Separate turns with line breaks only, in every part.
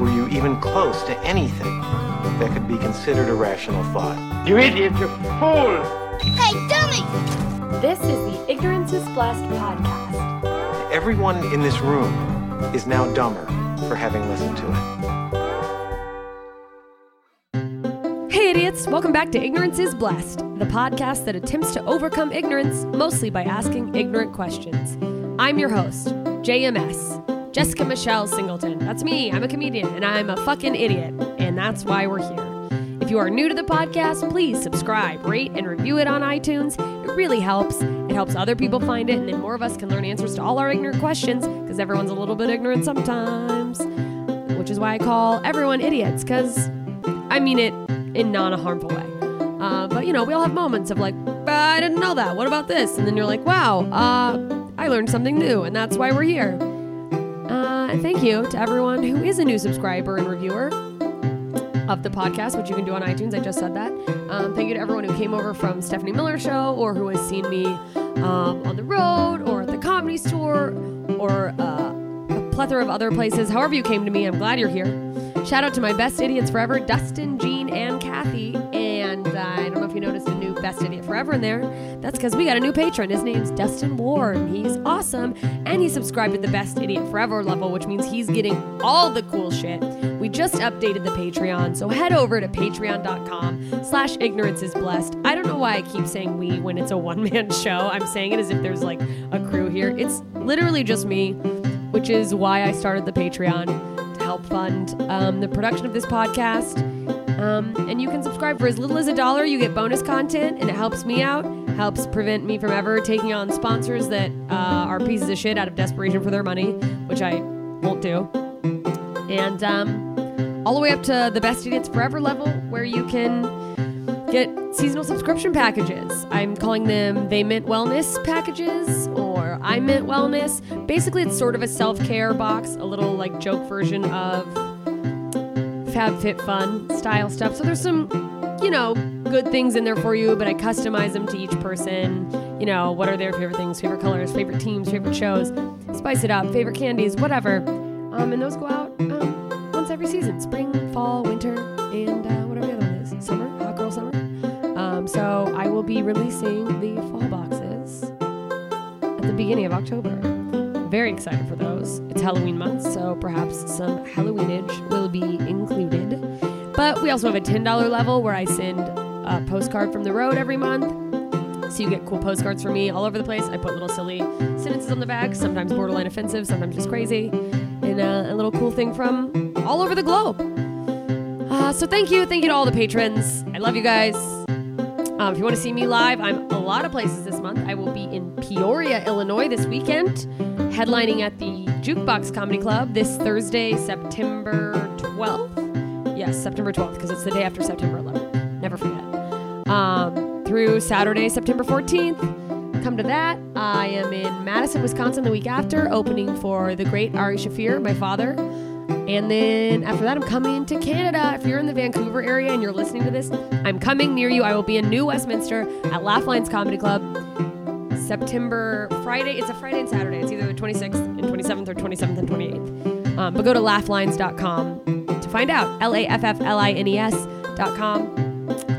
were you even close to anything that could be considered a rational thought.
You idiot, you fool!
Hey, dummy!
This is the Ignorance is Blessed podcast.
Everyone in this room is now dumber for having listened to it.
Hey, idiots! Welcome back to Ignorance is Blessed, the podcast that attempts to overcome ignorance mostly by asking ignorant questions. I'm your host, JMS, Jessica Michelle Singleton. That's me. I'm a comedian and I'm a fucking idiot, and that's why we're here. If you are new to the podcast, please subscribe, rate, and review it on iTunes. It really helps. It helps other people find it, and then more of us can learn answers to all our ignorant questions because everyone's a little bit ignorant sometimes which is why I call everyone idiots, because I mean it in not a harmful way. Uh, but you know, we all have moments of like, I didn't know that. What about this? And then you're like, wow, uh, I learned something new, and that's why we're here. Uh, and thank you to everyone who is a new subscriber and reviewer of the podcast, which you can do on iTunes. I just said that. Um, thank you to everyone who came over from Stephanie Miller show or who has seen me um, on the road or at the comedy store or uh, a plethora of other places. However, you came to me, I'm glad you're here. Shout out to my best idiots forever, Dustin, Jean, and Kathy. And uh, I don't know if you noticed a new best idiot forever in there. That's because we got a new patron. His name's Dustin Ward. He's awesome, and he subscribed to the best idiot forever level, which means he's getting all the cool shit. We just updated the Patreon, so head over to patreon.com slash ignorance is blessed. I don't know why I keep saying we when it's a one-man show. I'm saying it as if there's like a crew here. It's literally just me, which is why I started the Patreon to help fund um, the production of this podcast. Um, and you can subscribe for as little as a dollar. You get bonus content, and it helps me out. Helps prevent me from ever taking on sponsors that uh, are pieces of shit out of desperation for their money, which I won't do. And um, all the way up to the best idiots forever level, where you can get seasonal subscription packages. I'm calling them They Mint Wellness packages or I Mint Wellness. Basically, it's sort of a self care box, a little like joke version of FabFitFun style stuff. So there's some, you know, good things in there for you, but I customize them to each person. You know, what are their favorite things, favorite colors, favorite teams, favorite shows, spice it up, favorite candies, whatever. Um, and those go out um, once every season spring, fall, winter, and uh, whatever the other one is summer, hot girl summer. Um, so I will be releasing the fall boxes at the beginning of October. Very excited for those. It's Halloween month, so perhaps some Halloweenage will be included. But we also have a $10 level where I send a postcard from the road every month. So you get cool postcards from me all over the place. I put little silly sentences on the back, sometimes borderline offensive, sometimes just crazy, and uh, a little cool thing from all over the globe. Uh, so thank you. Thank you to all the patrons. I love you guys. Um, if you want to see me live, I'm a lot of places this month. I will be in Peoria, Illinois this weekend, headlining at the Jukebox Comedy Club this Thursday, September 12th. Yes, September 12th, because it's the day after September 11th. Never forget. Um, through Saturday, September 14th. Come to that. I am in Madison, Wisconsin the week after, opening for the great Ari Shafir, my father. And then after that, I'm coming to Canada. If you're in the Vancouver area and you're listening to this, I'm coming near you. I will be in New Westminster at Laugh Lines Comedy Club September Friday. It's a Friday and Saturday. It's either the 26th and 27th or 27th and 28th. Um, but go to laughlines.com to find out. L A F F L I N E S.com.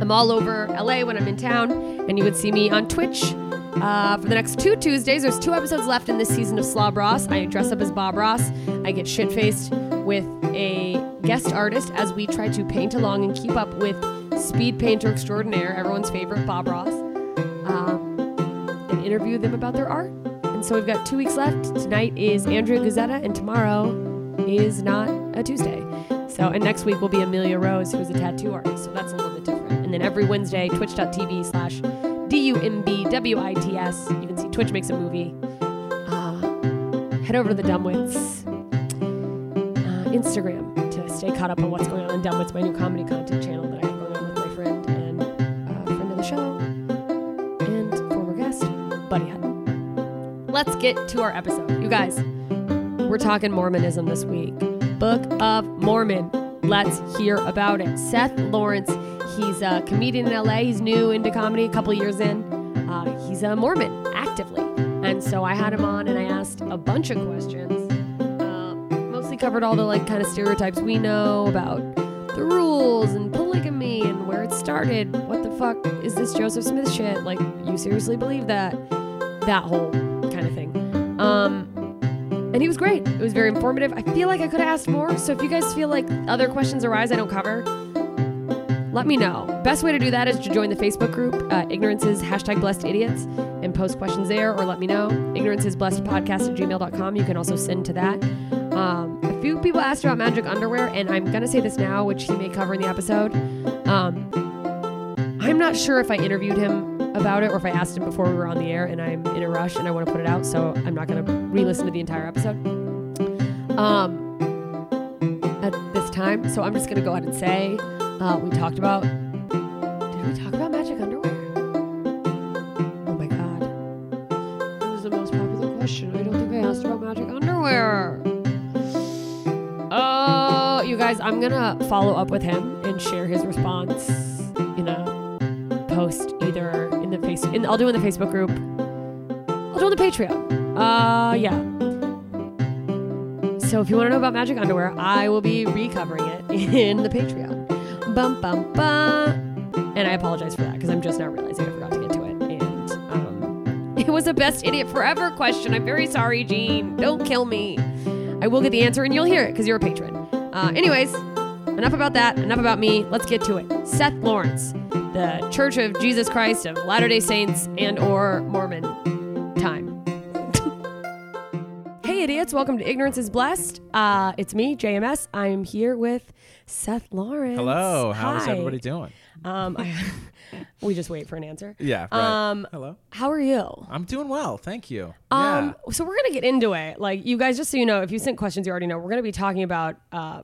I'm all over LA when I'm in town, and you would see me on Twitch. Uh, for the next two Tuesdays, there's two episodes left in this season of Slob Ross. I dress up as Bob Ross. I get shit faced with a guest artist as we try to paint along and keep up with speed painter extraordinaire, everyone's favorite Bob Ross, um, and interview them about their art. And so we've got two weeks left. Tonight is Andrea Guzetta, and tomorrow is not a Tuesday. So, and next week will be Amelia Rose, who's a tattoo artist. So that's a little bit different. And then every Wednesday, twitch.tv slash D-U-M-B-W-I-T-S. You can see Twitch makes a movie. Uh, head over to the Dumbwits uh, Instagram to stay caught up on what's going on in Dumbwits, my new comedy content channel that I have going on with my friend and uh, friend of the show and former guest, Buddy Hutton. Let's get to our episode. You guys, we're talking Mormonism this week. Book of Mormon. Let's hear about it. Seth Lawrence, he's a comedian in LA. He's new into comedy, a couple years in. Uh, he's a Mormon actively. And so I had him on and I asked a bunch of questions. Uh, mostly covered all the like kind of stereotypes we know about the rules and polygamy and where it started. What the fuck is this Joseph Smith shit? Like, you seriously believe that? That whole kind of thing. Um, and he was great. It was very informative. I feel like I could have asked more. So if you guys feel like other questions arise I don't cover, let me know. Best way to do that is to join the Facebook group, uh, Ignorances, hashtag blessed idiots, and post questions there or let me know. Ignorance is blessed podcast at gmail.com. You can also send to that. Um, a few people asked about magic underwear, and I'm going to say this now, which he may cover in the episode. Um, I'm not sure if I interviewed him about it or if I asked him before we were on the air, and I'm in a rush and I want to put it out, so I'm not going to re listen to the entire episode. Um, at this time, so I'm just gonna go ahead and say uh, we talked about. Did we talk about magic underwear? Oh my god, it was the most popular question. I don't think I asked about magic underwear. Oh, you guys, I'm gonna follow up with him and share his response in a post, either in the face. In, I'll do it in the Facebook group. I'll do it on the Patreon. Uh, yeah. So if you want to know about magic underwear, I will be recovering it in the Patreon. Bum bum bum. And I apologize for that because I'm just now realizing I forgot to get to it. And um, it was a best idiot forever question. I'm very sorry, Gene. Don't kill me. I will get the answer and you'll hear it because you're a patron. Uh, anyways, enough about that. Enough about me. Let's get to it. Seth Lawrence, the Church of Jesus Christ of Latter-day Saints and or Mormon time. Hey, idiots, welcome to Ignorance is Blessed. Uh, it's me, JMS. I'm here with Seth Lawrence.
Hello. How's
Hi.
everybody doing?
Um, I, we just wait for an answer.
Yeah. Right. Uh,
Um,
Hello.
How are you?
I'm doing well. Thank you.
Um, so we're gonna get into it. Like you guys, just so you know, if you sent questions, you already know we're gonna be talking about uh,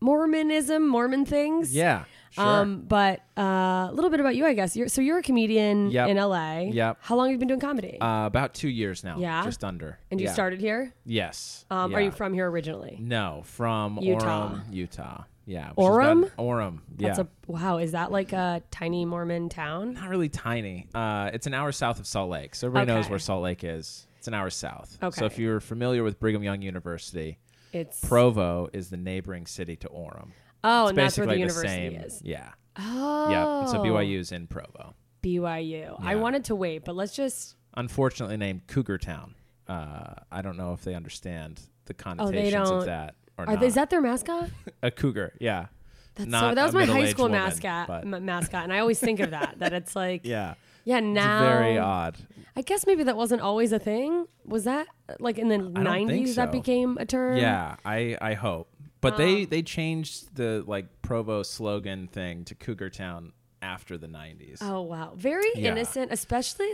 Mormonism, Mormon things.
yeah. Yeah. Sure.
Um, but uh, a little bit about you, I guess. You're, so you're a comedian
Yep.
in LA.
Yep.
How long have you been doing comedy?
uh, about two years now.
Yeah?
Just under.
and you
Yeah.
started here.
Yes.
Um, Are
Yeah.
you from here originally?
No, from
Utah.
Orem, Utah. Yeah. which is
Orem?
about- Orem. Yeah.
That's a wow. Is that like a tiny Mormon town?
Not really tiny. Uh, it's an hour south of Salt Lake. So everybody knows
Okay.
where Salt Lake is. It's an hour south.
Okay.
So if you're familiar with Brigham Young University,
It's
Provo is the neighboring city to Orem.
oh,
It's
and that's where
basically
the
the,
university
same.
is.
Yeah.
Oh,
Yeah. So BYU's in Provo.
BYU. I
Yeah.
wanted to wait, but let's just.
unfortunately named Cougar Town. Uh, I don't know if they understand the
Oh, they
connotations
don't.
of that or
Are
not.
they, is that their mascot?
a cougar? Yeah.
That's
Not
so, that
a
was my high
middle-aged
school
woman,
mascot.
but-
m- mascot, and I always think of that. that it's like yeah,
Yeah. It's
now
very uh, odd.
I guess maybe that wasn't always a thing. Was that like in the
think
nineties that
so.
became a term?
Yeah, I I hope. But they
Um,
they changed the like Provo slogan thing to Cougar Town after the 90s.
Oh wow, very
Yeah.
innocent, especially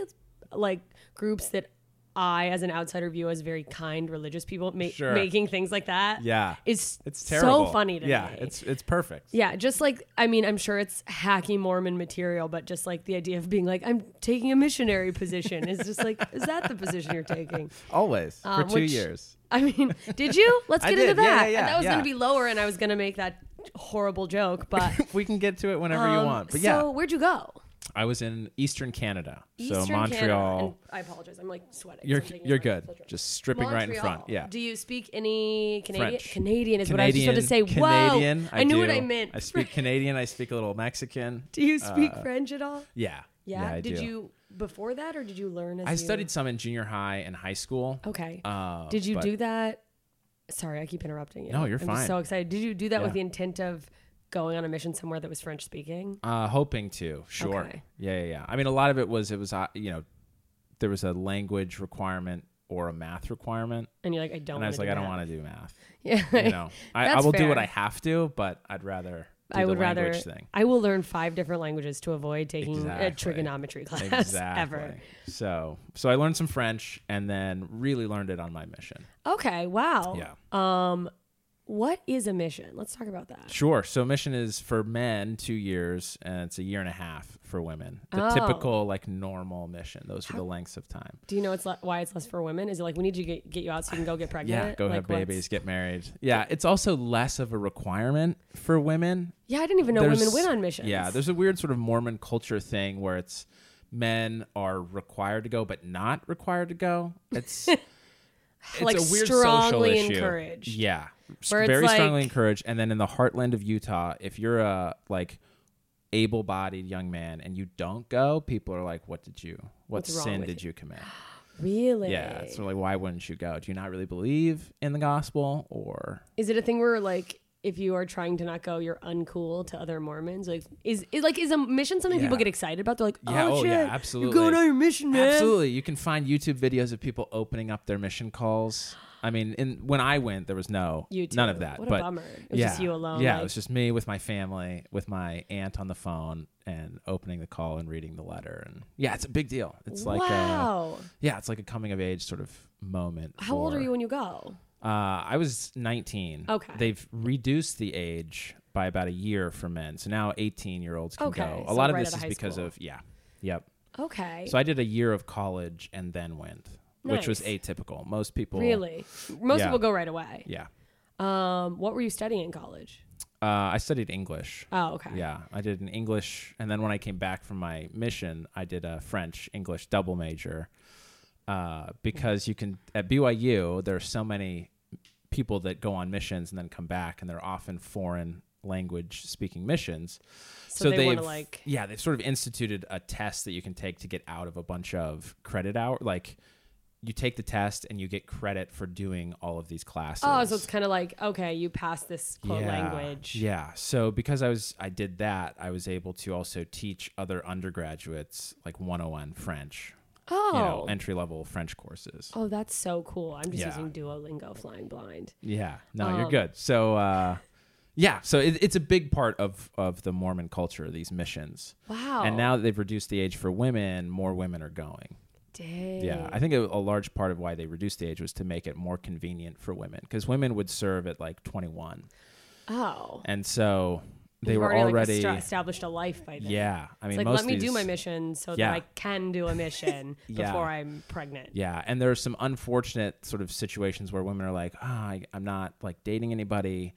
like groups that I, as an outsider, view as very kind religious people ma-
Sure.
making things like that.
Yeah.
is
it's terrible.
So funny to
Yeah,
me.
it's it's perfect.
Yeah, just like I mean, I'm sure it's hacky Mormon material, but just like the idea of being like, I'm taking a missionary position is just like, is that the position you're taking?
Always
Um,
for 2
which-
years.
I mean, did you? Let's
I
get into
did. Yeah,
that.
yeah, yeah,
that was
yeah.
gonna be lower, and I was gonna make that horrible joke, but
We can get to it whenever you
um,
want. But
so
yeah,
where'd you go?
I was in Eastern Canada. so
Eastern
Montreal.
Canada. And I apologize. I'm like sweating.
You're
so I'm taking
you're
my
good.
filter.
Just stripping right in front.
Montreal.
Yeah.
Do you speak any Canadian?
French.
Canadian is what I was just about to say.
Canadian,
Whoa! I, knew what
do.
I meant.
I speak uh, Canadian. I speak a little Mexican.
Do you speak French at all?
Yeah.
Yeah.
I
did
do.
you before that, or did you learn? As
I
you-
studied some in junior high and high school.
Okay.
Uh,
did you
but
do that? Sorry, I keep interrupting you.
No, you're
I'm
fine.
so excited. Did you do that with
Yeah.
the intent of going on a mission somewhere that was French speaking?
Uh, hoping to. Sure.
Okay.
Yeah, yeah, yeah. I mean, a lot of it was it was uh, you know there was a language requirement or a math requirement,
And you're like, I don't.
and I was like, I don't
want
want to do math.
Yeah.
You know, I, I
That's
will do what
fair.
I have to, but I'd rather. Do
I
the
would rather.
language thing.
I will learn five different languages to avoid taking a
Exactly.
trigonometry class ever.
So, so I learned some French and then really learned it on my mission.
Okay. Wow.
Yeah.
What is a mission? Let's talk about that.
Sure. So mission is for men two years, and it's a year and a half for women. The
Oh.
typical like normal mission. Those are the lengths of time.
Do you know it's le- why it's less for women? Is it like we need you to get, get you out so you can go get pregnant?
Yeah, go
like
have
what's-
babies, get married. Yeah, it's also less of a requirement for women.
Yeah, I didn't even know women
There's-
went on missions.
Yeah, there's a weird sort of Mormon culture thing where it's men are required to go but not required to go. It's it's
Like,
a weird
strongly
social issue.
encouraged.
Yeah, S-
Where it's
very strongly
like-
encouraged. And then in the heartland of Utah, if you're a like able-bodied young man and you don't go, people are like, "What did you? What
What's wrong
sin
with
did you commit?"
really.
Yeah, it's really why wouldn't you go? Do you not really believe in the gospel or?
Is it a thing where like if you are trying to not go, you're uncool to other Mormons? Like is, is like is a mission something people
Yeah.
get excited about? They're like, oh,
Yeah, oh,
shit,
yeah,
You're going
absolutely.
on your mission, man.
Absolutely. You can find YouTube videos of people opening up their mission calls. I mean, in, when I went, there was no
You
none
too.
of that.
What a
but
bummer. It was
yeah,
just you alone,
Yeah,
like-
it was just me with my family, with my aunt on the phone, and opening the call and reading the letter. And yeah, it's a big deal. It's like uh, a,
wow.
yeah, it's like a coming of age sort of moment.
How old
for-
are you when you go?
Uh, I was 19.
Okay.
They've reduced the age by about a year for men. So now 18 year olds can
Okay,
go. A
so
lot of
right
this
out of
is
high
because
school.
of, yeah. Yep.
Okay.
So I did a year of college and then went, which was
Nice.
atypical. Most people.
really, most
Yeah.
people go right away.
Yeah.
Um, what were you studying in college?
Uh, I studied English.
Oh, okay.
Yeah, I did an English, and then when I came back from my mission, I did a French English double major uh, because you can at BYU there are so many people that go on missions and then come back, and they're often foreign language speaking missions.
So they wanna,
they've-
like-
yeah, they've sort of instituted a test that you can take to get out of a bunch of credit hour like. You take the test and you get credit for doing all of these classes.
Oh, so it's kind of like okay, you passed this quote
Yeah,
language.
Yeah. So because I was I did that, I was able to also teach other undergraduates like 101 French,
Oh.
you know, entry level French courses.
Oh, that's so cool. I'm just
Yeah.
using Duolingo flying blind.
Yeah. No,
Oh.
you're good. So uh yeah, so it, it's a big part of of the Mormon culture, these missions.
Wow.
And now that they've reduced the age for women, more women are going.
Dang.
Yeah, I think a, a large part of why they reduced the age was to make it more convenient for women because women would serve at like 21.
Oh.
And so they
You've
were
already, like,
already
estra- established a life by then.
Yeah, I mean,
It's like
most
let me
of
do
these-
my mission so
Yeah.
that I can do a mission
Yeah.
before I'm pregnant.
Yeah, and there are some unfortunate sort of situations where women are like, "Ah, I, I'm not like dating anybody,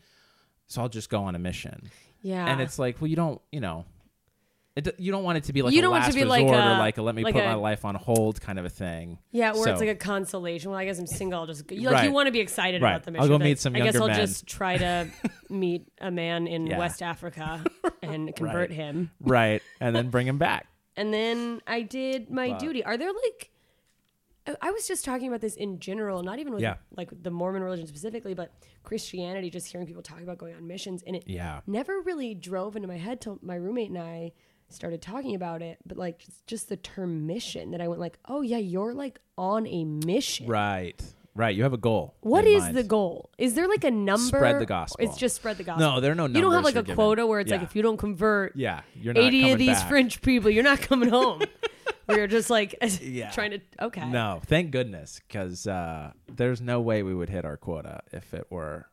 so I'll just go on a mission."
Yeah.
And it's like, well, you don't, you know, it, d- you don't want it to be like
You
a
don't want it
last
to be like
resort
a-
or like a let me
like
put
a-
my life on hold kind of a thing.
Yeah, where it's
So-
like a consolation. Well, I guess I'm single. I'll just go. Like you
Right.
want to be excited
Right.
about the
I'll
mission.
go
but
meet some
I guess
younger
I'll
men.
just try to meet a man in
Yeah.
West Africa and convert
Right.
him.
right, and then bring him back.
And then I did my duty. Are there like? I- I was just talking about this in general, not even with
Yeah.
like the Mormon religion specifically, but Christianity. Just hearing people talk about going on missions, and it
Yeah.
never really drove into my head till my roommate and I started talking about it. But like just- just the term mission, that I went like, oh yeah, you're like on a mission.
Right, right. You have a goal.
What
in
is
mind.
the goal? Is there like a number?
Spread the gospel.
It's just spread the gospel.
No, there are no
You don't have
numbers
like a
you're given.
quota where it's like
Yeah.
if you don't convert
Yeah, you're not
80 of
coming
these
back.
French people, you're not coming home. where you're just like
Yeah.
trying to, okay.
No, thank goodness, because uh, there's no way we would hit our quota if it were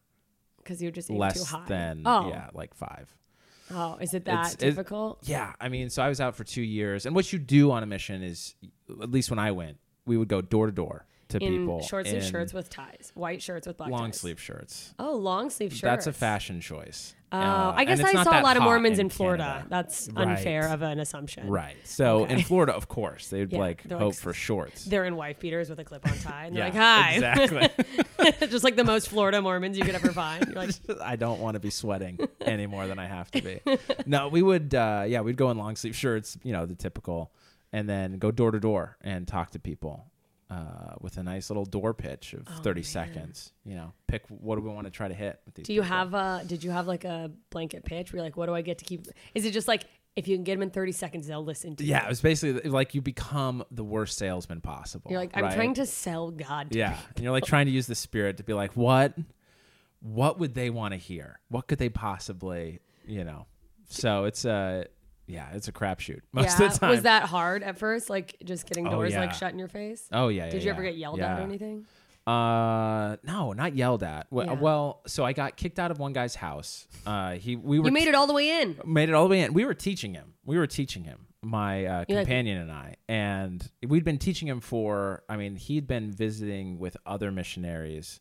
Because you're just aim too
less
high.
than
oh.
yeah, like five.
Oh, is it that
It's- it-
difficult?
Yeah, I mean, so I was out for two years, and what you do on a mission is, at least when I went, we would go door to door to
in
people
short sleeve
in
shirts with ties, white shirts with black
long
ties.
sleeve shirts.
Oh, long sleeve shirts.
That's a fashion choice.
Oh,
Uh,
I
and
guess
it's
I
not
saw a
that
lot of
hot
Mormons in, Florida.
Canada.
That's
Right.
unfair of an assumption.
right. So in
Okay.
Florida, of course, they'd
Yeah,
like
they're
hope
like-
for shorts.
They're in wife beaters with a clip on tie, and they're
yeah,
like, "Hi."
exactly.
just like the most Florida Mormons you could ever find. You're like,
I don't want to be sweating any more than I have to be. No, we would, uh, yeah, we'd go in long sleeve shirts, you know, the typical, and then go door to door and talk to people uh, with a nice little door pitch
Oh,
of 30 seconds. You know, pick what do we want to try to hit with these
do you
people.
have a? Did you have like a blanket pitch? Where you're like, what do I get to keep? Is it just like if you can get them in 30 seconds, they'll listen to you?
Yeah, it was basically like you become the worst salesman possible.
You're like, I'm
right?
trying to sell God. To
Yeah. And you're like trying to use the spirit to be like, what? What would they want to hear? What could they possibly, you know? So it's a, yeah, it's a crapshoot most
Yeah.
of the time. Oh,
Was that hard at first? Like just getting doors like
yeah.
shut in your face?
Oh yeah.
Did
yeah,
you ever
yeah.
get yelled at or
Yeah.
anything?
Uh, no, not yelled at. Well,
Yeah.
well, so I got kicked out of one guy's house. Uh, he we were
You made it all the way in.
made it all the way in. We were teaching him. We were teaching him, my uh,
You're like-
companion and I, and we'd been teaching him for. I mean, he'd been visiting with other missionaries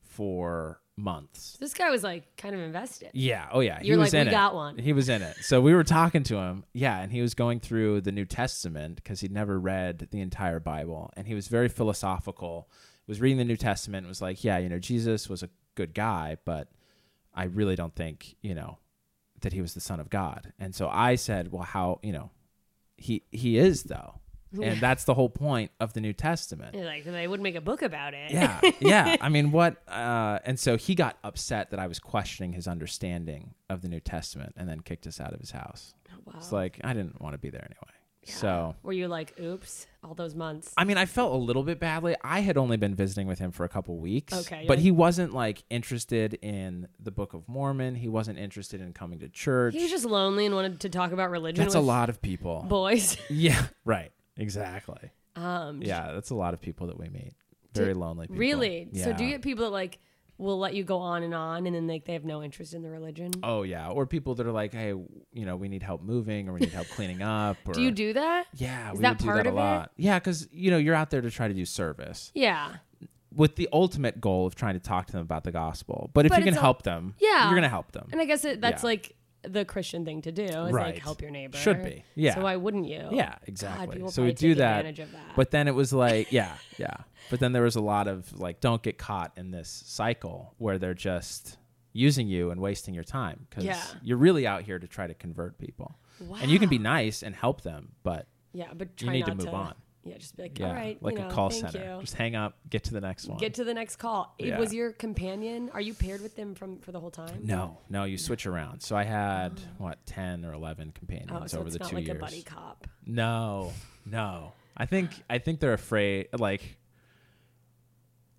for months.
This guy was like kind of invested.
Yeah. Oh yeah.
You're
he was
like,
in
"We
it.
got one."
He was in it. So we were talking to him. Yeah, and he was going through the New Testament because he'd never read the entire Bible, and he was very philosophical. Was reading the New Testament. and Was like, yeah, you know, Jesus was a good guy, but I really don't think you know that he was the Son of God. And so I said, well, how you know, he he is though, and that's the whole point of the New Testament.
You're like they wouldn't make a book about it.
Yeah, yeah. I mean, what? Uh, and so he got upset that I was questioning his understanding of the New Testament, and then kicked us out of his house.
Oh, Wow.
It's like I didn't want to be there anyway. So
Were you like, oops, all those months?
I mean, I felt a little bit badly. I had only been visiting with him for a couple weeks,
Okay, you're
but
like-
he wasn't like interested in the Book of Mormon. He wasn't interested in coming to church.
He was just lonely and wanted to talk about religion
that's a
with
lot of people.
boys.
yeah, right. Exactly.
Um,
Yeah, that's a lot of people that we meet. Very lonely. People.
Really? So do
Yeah.
you get people that like will let you go on and on, and then like they have no interest in the religion.
Oh yeah, or people that are like, hey, you know, we need help moving or we need help cleaning up. Or,
Do you do that?
Yeah,
Is
we
that
would do
part
that a
of it?
lot. Yeah, because you know you're out there to try to do service
Yeah.
with the ultimate goal of trying to talk to them about the gospel. But if
But
you can
it's all-
help them,
Yeah.
you're gonna help them.
And I guess it, that's
Yeah.
like the Christian thing to do is
Right.
like help your neighbor.
Should be. Yeah.
So why wouldn't you?
yeah, exactly.
"Oh, people
so we
probably
do
take
that,
advantage of that.
But then it was like, yeah, yeah. But then there was a lot of like, don't get caught in this cycle where they're just using you and wasting your time because
Yeah.
you're really out here to try to convert people. And you can be nice and help them, but
Yeah, but try
need to
not
move on.
Yeah, just be like,
yeah,
all right,
like
you know,
a call
thank
center.
you.
Just hang up, get to the next one.
Get to the next call. It
Yeah.
Was your companion? Are you paired with them from for the whole time?
no, no, you switch around. So I had what ten or eleven companions
Oh, so
over
it's
the
not
two
like
years.
a buddy cop.
No, no. I think I think they're afraid. Like,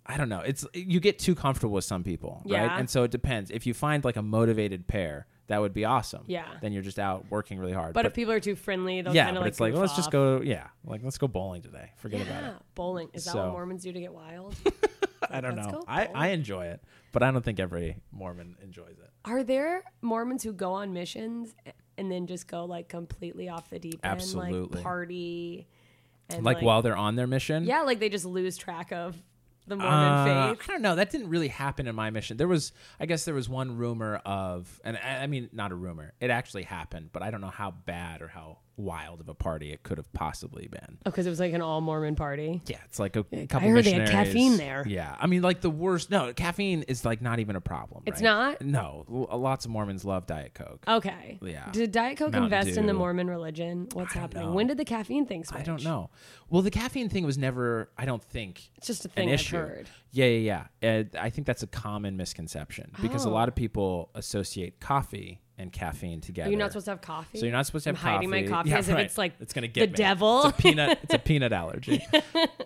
I don't know. It's you get too comfortable with some people,
Yeah.
right? And so it depends. If you find like a motivated pair, that would be awesome.
Yeah.
Then you're just out working really hard.
But, if people are too friendly, they'll
yeah,
kind
but
of like
it's like
goof
well, let's just
off.
go. Yeah, like let's go bowling today. Forget about
Yeah,
it.
bowling. Is that
So-
what Mormons do to get wild?
I don't
let's
know.
go
I I
bowling.
enjoy it, but I don't think every Mormon enjoys it.
Are there Mormons who go on missions and then just go like completely off the deep end,
Absolutely.
like party, and
Like, while they're on their mission.
yeah, like they just lose track of the Mormon
Uh,
faith.
I don't know. That didn't really happen in my mission. There was, I guess, there was one rumor of, and I, I mean, not a rumor. It actually happened, but I don't know how bad or how wild of a party it could have possibly been.
Oh, because it was like an all Mormon party.
Yeah, it's like a couple.
I heard they had
missionaries.
caffeine there.
Yeah, I mean, like the worst. No, caffeine is like not even a problem.
It's
right?
not?
No, l- lots of Mormons love Diet Coke.
Okay.
Yeah.
Did Diet Coke
Mountain
invest in the
Dew.
Mormon religion? What's
I don't
happening?
know.
When did the caffeine thing switch?
I don't know. Well, the caffeine thing was never, I don't think,
It's just a thing
an
I've
issue.
heard.
Yeah, yeah, yeah. And I think that's a common misconception because a
Oh.
lot of people associate coffee and caffeine together.
Are you not supposed to have coffee?
So you're not supposed to
I'm
have
hiding
coffee.
my coffee
Yeah,
as
right.
if it's like
it's gonna
the
get me.
devil.
It's a peanut. It's a peanut allergy.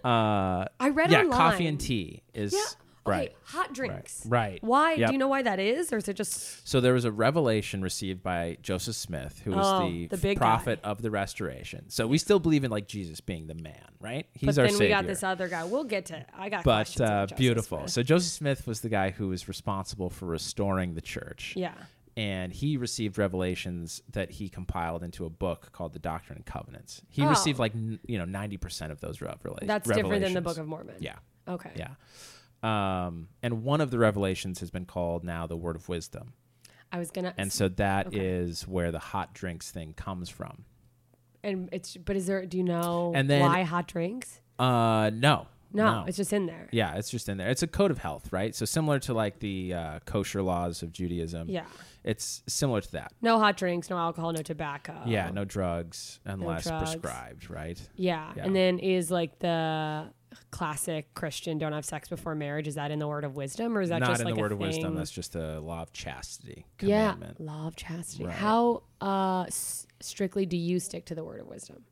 Uh,
I read
yeah,
online.
coffee and tea is
Yeah.
right.
Okay. Hot drinks.
Right.
Why?
Yep.
Do you know why that is, or is it just
So there was a revelation received by Joseph Smith, who was
Oh,
the,
the big
prophet of the Restoration. So we still believe in like Jesus being the man, right? He's
But
our
then
savior.
we got this other guy. We'll get to. I got.
but
questions
uh,
about Joseph
beautiful.
Smith.
So Joseph Smith was the guy who was responsible for restoring the church.
Yeah.
And he received revelations that he compiled into a book called the Doctrine and Covenants. He
Oh.
received like n- you know ninety percent of those revelations.
That's different than the Book of Mormon.
Yeah,
Okay.
yeah. Um, and one of the revelations has been called now the Word of Wisdom,
I was gonna.
and so that is where the hot drinks thing comes from.
and it's. But is there? Do you know
And then-
why hot drinks?
Uh, no,
No, it's just in there.
Yeah, it's just in there. It's a code of health, right? So similar to like the uh, kosher laws of Judaism.
Yeah.
it's similar to that.
No hot drinks. No alcohol. No tobacco.
Yeah, no drugs unless
Oh. drugs.
prescribed, right?
Yeah.
Yeah.
And then is like the classic Christian don't have sex before marriage. Is that in the Word of Wisdom, or is that
Not
just
in
like
the
a
word of wisdom.
thing?
That's just a law of chastity
yeah.
commandment.
Law of chastity.
Right.
How uh, s- strictly do you stick to the Word of Wisdom?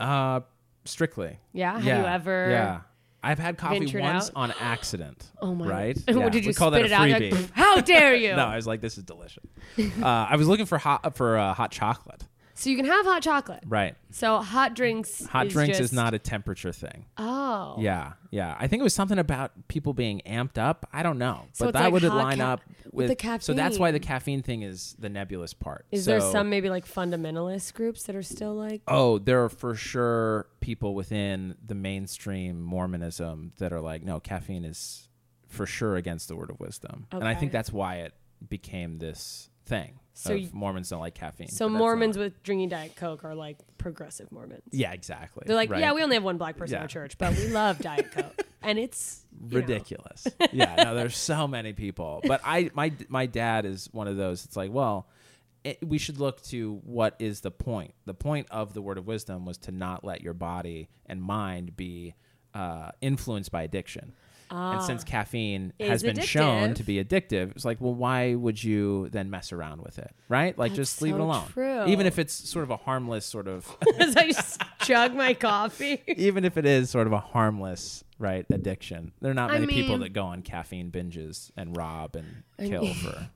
Uh, strictly.
Yeah? Have you
yeah.
ever
Yeah. I've had coffee
ventured
once
out?
on accident.
Oh my!
Right? Yeah.
what did you
we call
spit
that a
it out? You're
freebie.
Like, How dare you?
no, I was like, this is delicious. uh, I was looking for hot for uh, hot chocolate.
So you can have hot chocolate.
Right.
So hot drinks.
Hot
is
drinks
just,
is not a temperature thing.
Oh.
Yeah, yeah. I think it was something about people being amped up. I don't know,
So
but
it's
that
like
would
hot
line
ca-
up with,
with the
So that's why the
caffeine.
caffeine thing is the nebulous part.
Is there
So-
some maybe like fundamentalist groups that are still like?
Oh, there are for sure people within the mainstream Mormonism that are like, no, caffeine is for sure against the word of wisdom, and I
Okay.
think that's why it became this thing.
So
of
y-
Mormons don't like caffeine.
So
but that's
Mormons
not-
with drinking diet coke are like progressive Mormons.
yeah, exactly.
They're like,
right?
yeah, we only have one black person in
Yeah.
our church, but we love diet coke, and it's you know,
ridiculous. yeah, no, there's so many people. But I, my, my dad is one of those. It's like, well, it, we should look to what is the point. The point of the word of wisdom was to not let your body and mind be uh, influenced by addiction. and since caffeine has
Ah. Is
been shown
addictive.
to be addictive, it's like, well, why would you then mess around with it, right? Like, just leave it
so
alone.
true.
Even if it's sort of a harmless sort of,
As I just chug my coffee.
even if it is sort of a harmless right addiction there are not
I
many people
mean-
that go on caffeine binges and rob and kill for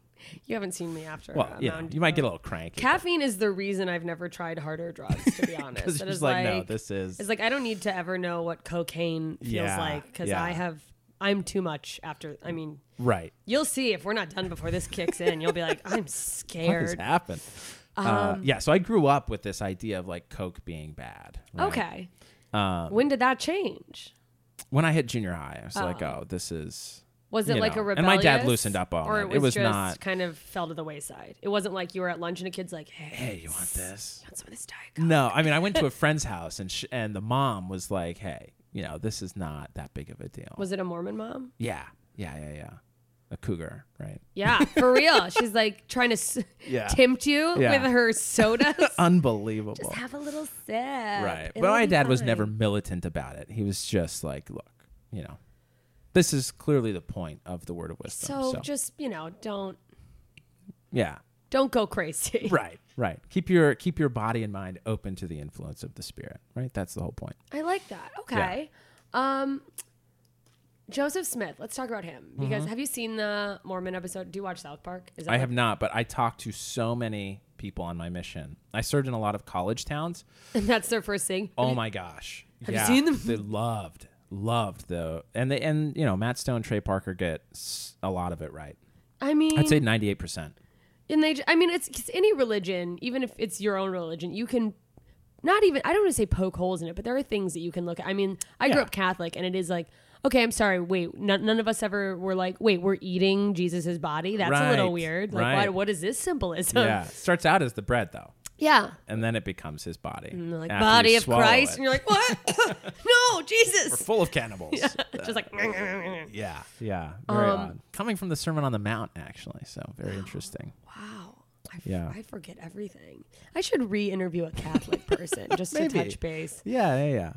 You haven't seen me after.
well
a
you know
Mountain
you might get a little cranky
Caffeine is the reason I've never tried harder drugs, to be honest.
because
It
you're
is
just like, no this is
It's like I don't need to ever know what cocaine feels
Yeah,
like because
yeah.
I have I'm too much after. I mean,
Right.
you'll see if we're not done before this kicks in. You'll be like, I'm
What has
scared.
happened? uh,
Um,
yeah, so I grew up with this idea of like Coke being bad. right?
Okay.
Um,
when did that change?
When I hit junior high, I was like, oh, this is.
Was it
you
like
know,
a
and
rebellious?
my dad loosened up on
or it
it. It
was,
was
just
not-
kind of fell to the wayside. It wasn't like you were at lunch and a kid's like, "Hey,
Hey, you want this?
want some of this diet?" Coke?"
No, I mean, I went to a friend's house and sh- and the mom was like, hey, you know, this is not that big of a deal.
Was it a Mormon mom?
yeah, yeah, yeah, yeah. A cougar, right?
Yeah, for real. She's like trying to s-
Yeah.
tempt you
Yeah. Uh,
with her sodas.
Unbelievable.
Just have a little sip.
right. But
It'll
my
be
dad was
fine.
never militant about it. He was just like, look, you know, this is clearly the point of the word of wisdom.
So, just you know, don't
yeah.
don't go crazy.
Right. Right. Keep your keep your body and mind open to the influence of the spirit, right? That's the whole point.
I like that. Okay. Um, Joseph Smith. Let's talk about him because have you seen the Mormon episode? Do you watch South Park? Is that
Mm-hmm. I
what-
have not, but I talked to so many people on my mission. I served in a lot of college towns.
That's their first thing.
Oh my gosh.
you seen them?
They loved loved the and they and you know, Matt Stone, Trey Parker get s- a lot of it right.
I mean,
I'd say 98%.
and they. j- I mean, it's, it's any religion, even if it's your own religion, you can. Not even. I don't want to say poke holes in it, but there are things that you can look. at. I mean, I grew
Yeah.
up Catholic, and it is like. Okay, I'm sorry. Wait, none, none of us ever were like, wait, we're eating Jesus's body. That's a little
Right,
weird. Like,
right.
why, what is this symbolism?
Yeah. Starts out as the bread though.
yeah.
and then it becomes his body.
And they're like,
after you
body of
swallow
Christ.
it.
And you're like, what? no, Jesus.
full of cannibals. yeah.
just like
yeah, very
Um,
odd. Coming from the Sermon on the Mount, actually, so very interesting.
wow I, f-
Yeah.
I forget everything i should re-interview a catholic person just to
Maybe.
touch base
Yeah, yeah, yeah.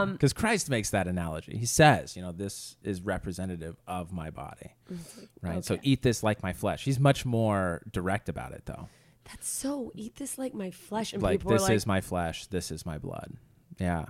Um,
because Christ makes that analogy. He says, you know, this is representative of my body,
Mm-hmm.
right? So eat this like my flesh. He's much more direct about it, though.
that's so eat this like my flesh and
Like
people are
this
like
is my flesh. This is my blood. Yeah,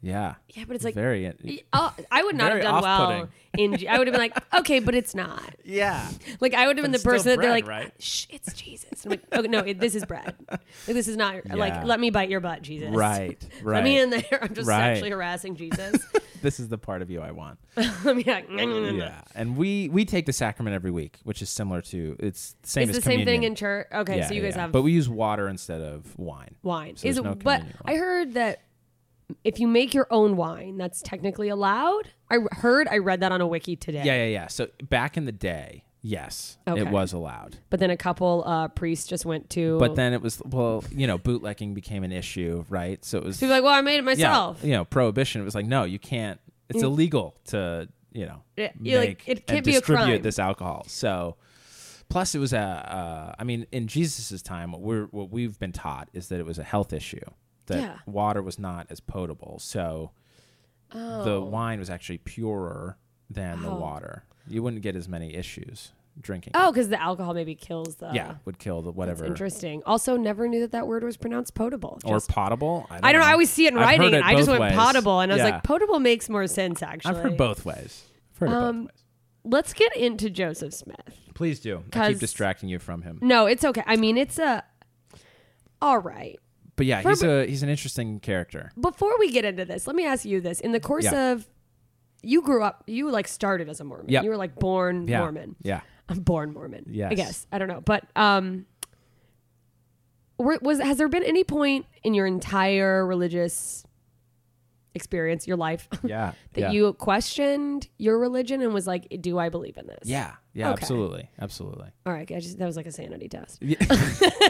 yeah.
yeah but it's like
very.
y- oh, i would not
very
have done well
off-putting.
in G- i would have been like okay but it's not
yeah,
like i would have been the
it's still
person that they're
bread,
like
right?
Shh, it's jesus and i'm like okay no it, this is bread like, this is not like
Yeah.
let me bite your butt jesus
right, right.
let me in there i'm just
Right.
sexually harassing jesus
This is the part of you I want.
let me like "Mm, "Nah, nah, nah, nah."
yeah and we we take the sacrament every week which is similar to it's the same
it's
as
the same thing
communion.
in church okay
Yeah,
so you
yeah,
guys
yeah.
have
but we use water instead of wine
wine.
So
is
there's no
but
communion
I heard that if you make your own wine, that's technically allowed. I r- heard I read that on a wiki today.
yeah yeah yeah so back in the day yes
Okay.
it was allowed
But then a couple uh, priests just went to
but then it was well you know bootlegging became an issue right so it was
people were like, well, I made it
yeah,
myself.
you know prohibition it was like no you can't it's illegal to you
Mm.
know
Yeah, you're like,
make
it
and
can't be a
distribute
crime.
this alcohol so plus it was a uh, i mean in jesus's time what we're what we've been taught is that it was a health issue that
Yeah.
water was not as potable so the
Oh.
wine was actually purer than the water you wouldn't get as many issues drinking
Oh, because the alcohol maybe kills the.
yeah would kill the whatever
Interesting. Also, never knew that that word was pronounced potable.
or
Just-
potable
I don't know. I always see it in
I've heard
writing, and
it
I just
both
went
ways.
potable, and I was
Yeah.
like, potable makes more sense actually. Um,
i've heard both ways i've heard it both ways
Let's get into Joseph Smith.
Please do. I
'Cause-
keep distracting you from him.
No, it's okay. I mean, it's a. All right.
But yeah, he's a he's an interesting character.
before we get into this, let me ask you this. In the course
Yeah.
of you grew up, you like started as a Mormon.
Yep.
You were like born
Yeah.
Mormon.
Yeah.
I'm born Mormon. I
Yes.
guess. I don't know. But um were- was has there been any point in your entire religious experience, your life,
Yeah.
that
yeah.
you questioned your religion and was like, do I believe in this?
Yeah. Yeah,
Okay.
absolutely. Absolutely.
All right. I just that was like a sanity test.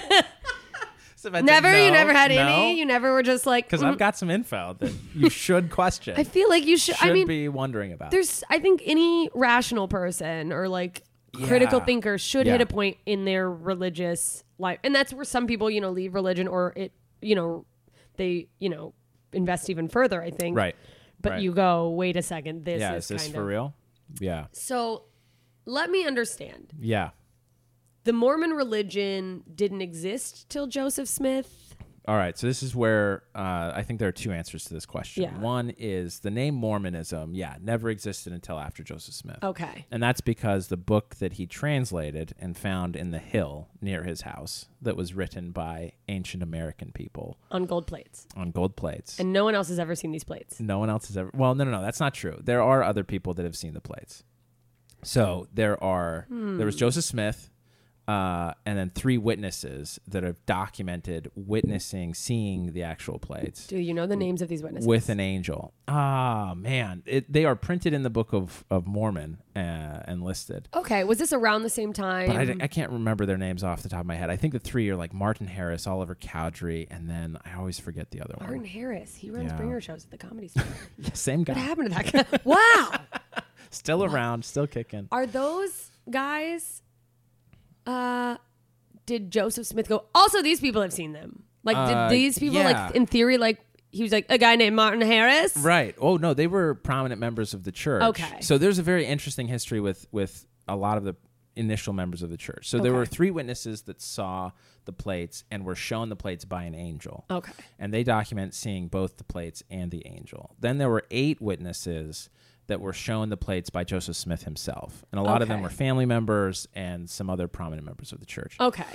So if I said
Never you
no,
never had
no,
any. You never were just like
Cuz
mm,
I've got some info that you should question.
I feel like you should,
should
I mean
be wondering about.
there's I think any rational person or like critical
Yeah.
thinker should hit
Yeah.
a point in their religious life. And that's where some people, you know, leave religion or it, you know, they, you know, invest even further, I think.
right.
But
right.
you go, wait a second, this
Yeah,
is,
is this
kind
for
of
real? Yeah.
So let me understand.
Yeah.
The Mormon religion didn't exist till Joseph Smith.
All right, so this is where uh, I think there are two answers to this question.
Yeah.
One is the name Mormonism, yeah, never existed until after Joseph Smith.
Okay.
And that's because the book that he translated and found in the hill near his house that was written by ancient American people
On gold plates.
on gold plates.
And no one else has ever seen these plates.
no one else has ever. Well, no, no, no, that's not true. There are other people that have seen the plates. So there are. There was Joseph Smith, uh, and then three witnesses that have documented witnessing, seeing the actual plates
Do you know the names of these witnesses?
with an angel. Ah, man, it, they are printed in the Book of of Mormon uh, and listed.
Okay. Was this around the same time?
But I, d- I can't remember their names off the top of my head. I think the three are like Martin Harris, Oliver Cowdery, and then I always forget the other
Martin
one.
Harris. He runs
Yeah.
bringer shows at the comedy store.
Same
what
guy,
happened to that guy? wow.
still around, still kicking.
Are those guys? Uh, did Joseph Smith go? Also, these people have seen them. Like, did
Uh,
these people,
yeah.
like in theory, like he was like a guy named Martin Harris?
Right. Oh no, they were prominent members of the church.
Okay.
So there's a very interesting history with with a lot of the initial members of the church. So there
Okay.
were three witnesses that saw the plates and were shown the plates by an angel.
Okay.
And they document seeing both the plates and the angel. Then there were eight witnesses that were shown the plates by Joseph Smith himself. And a lot of them
Okay.
were family members and some other prominent members of the church
Okay.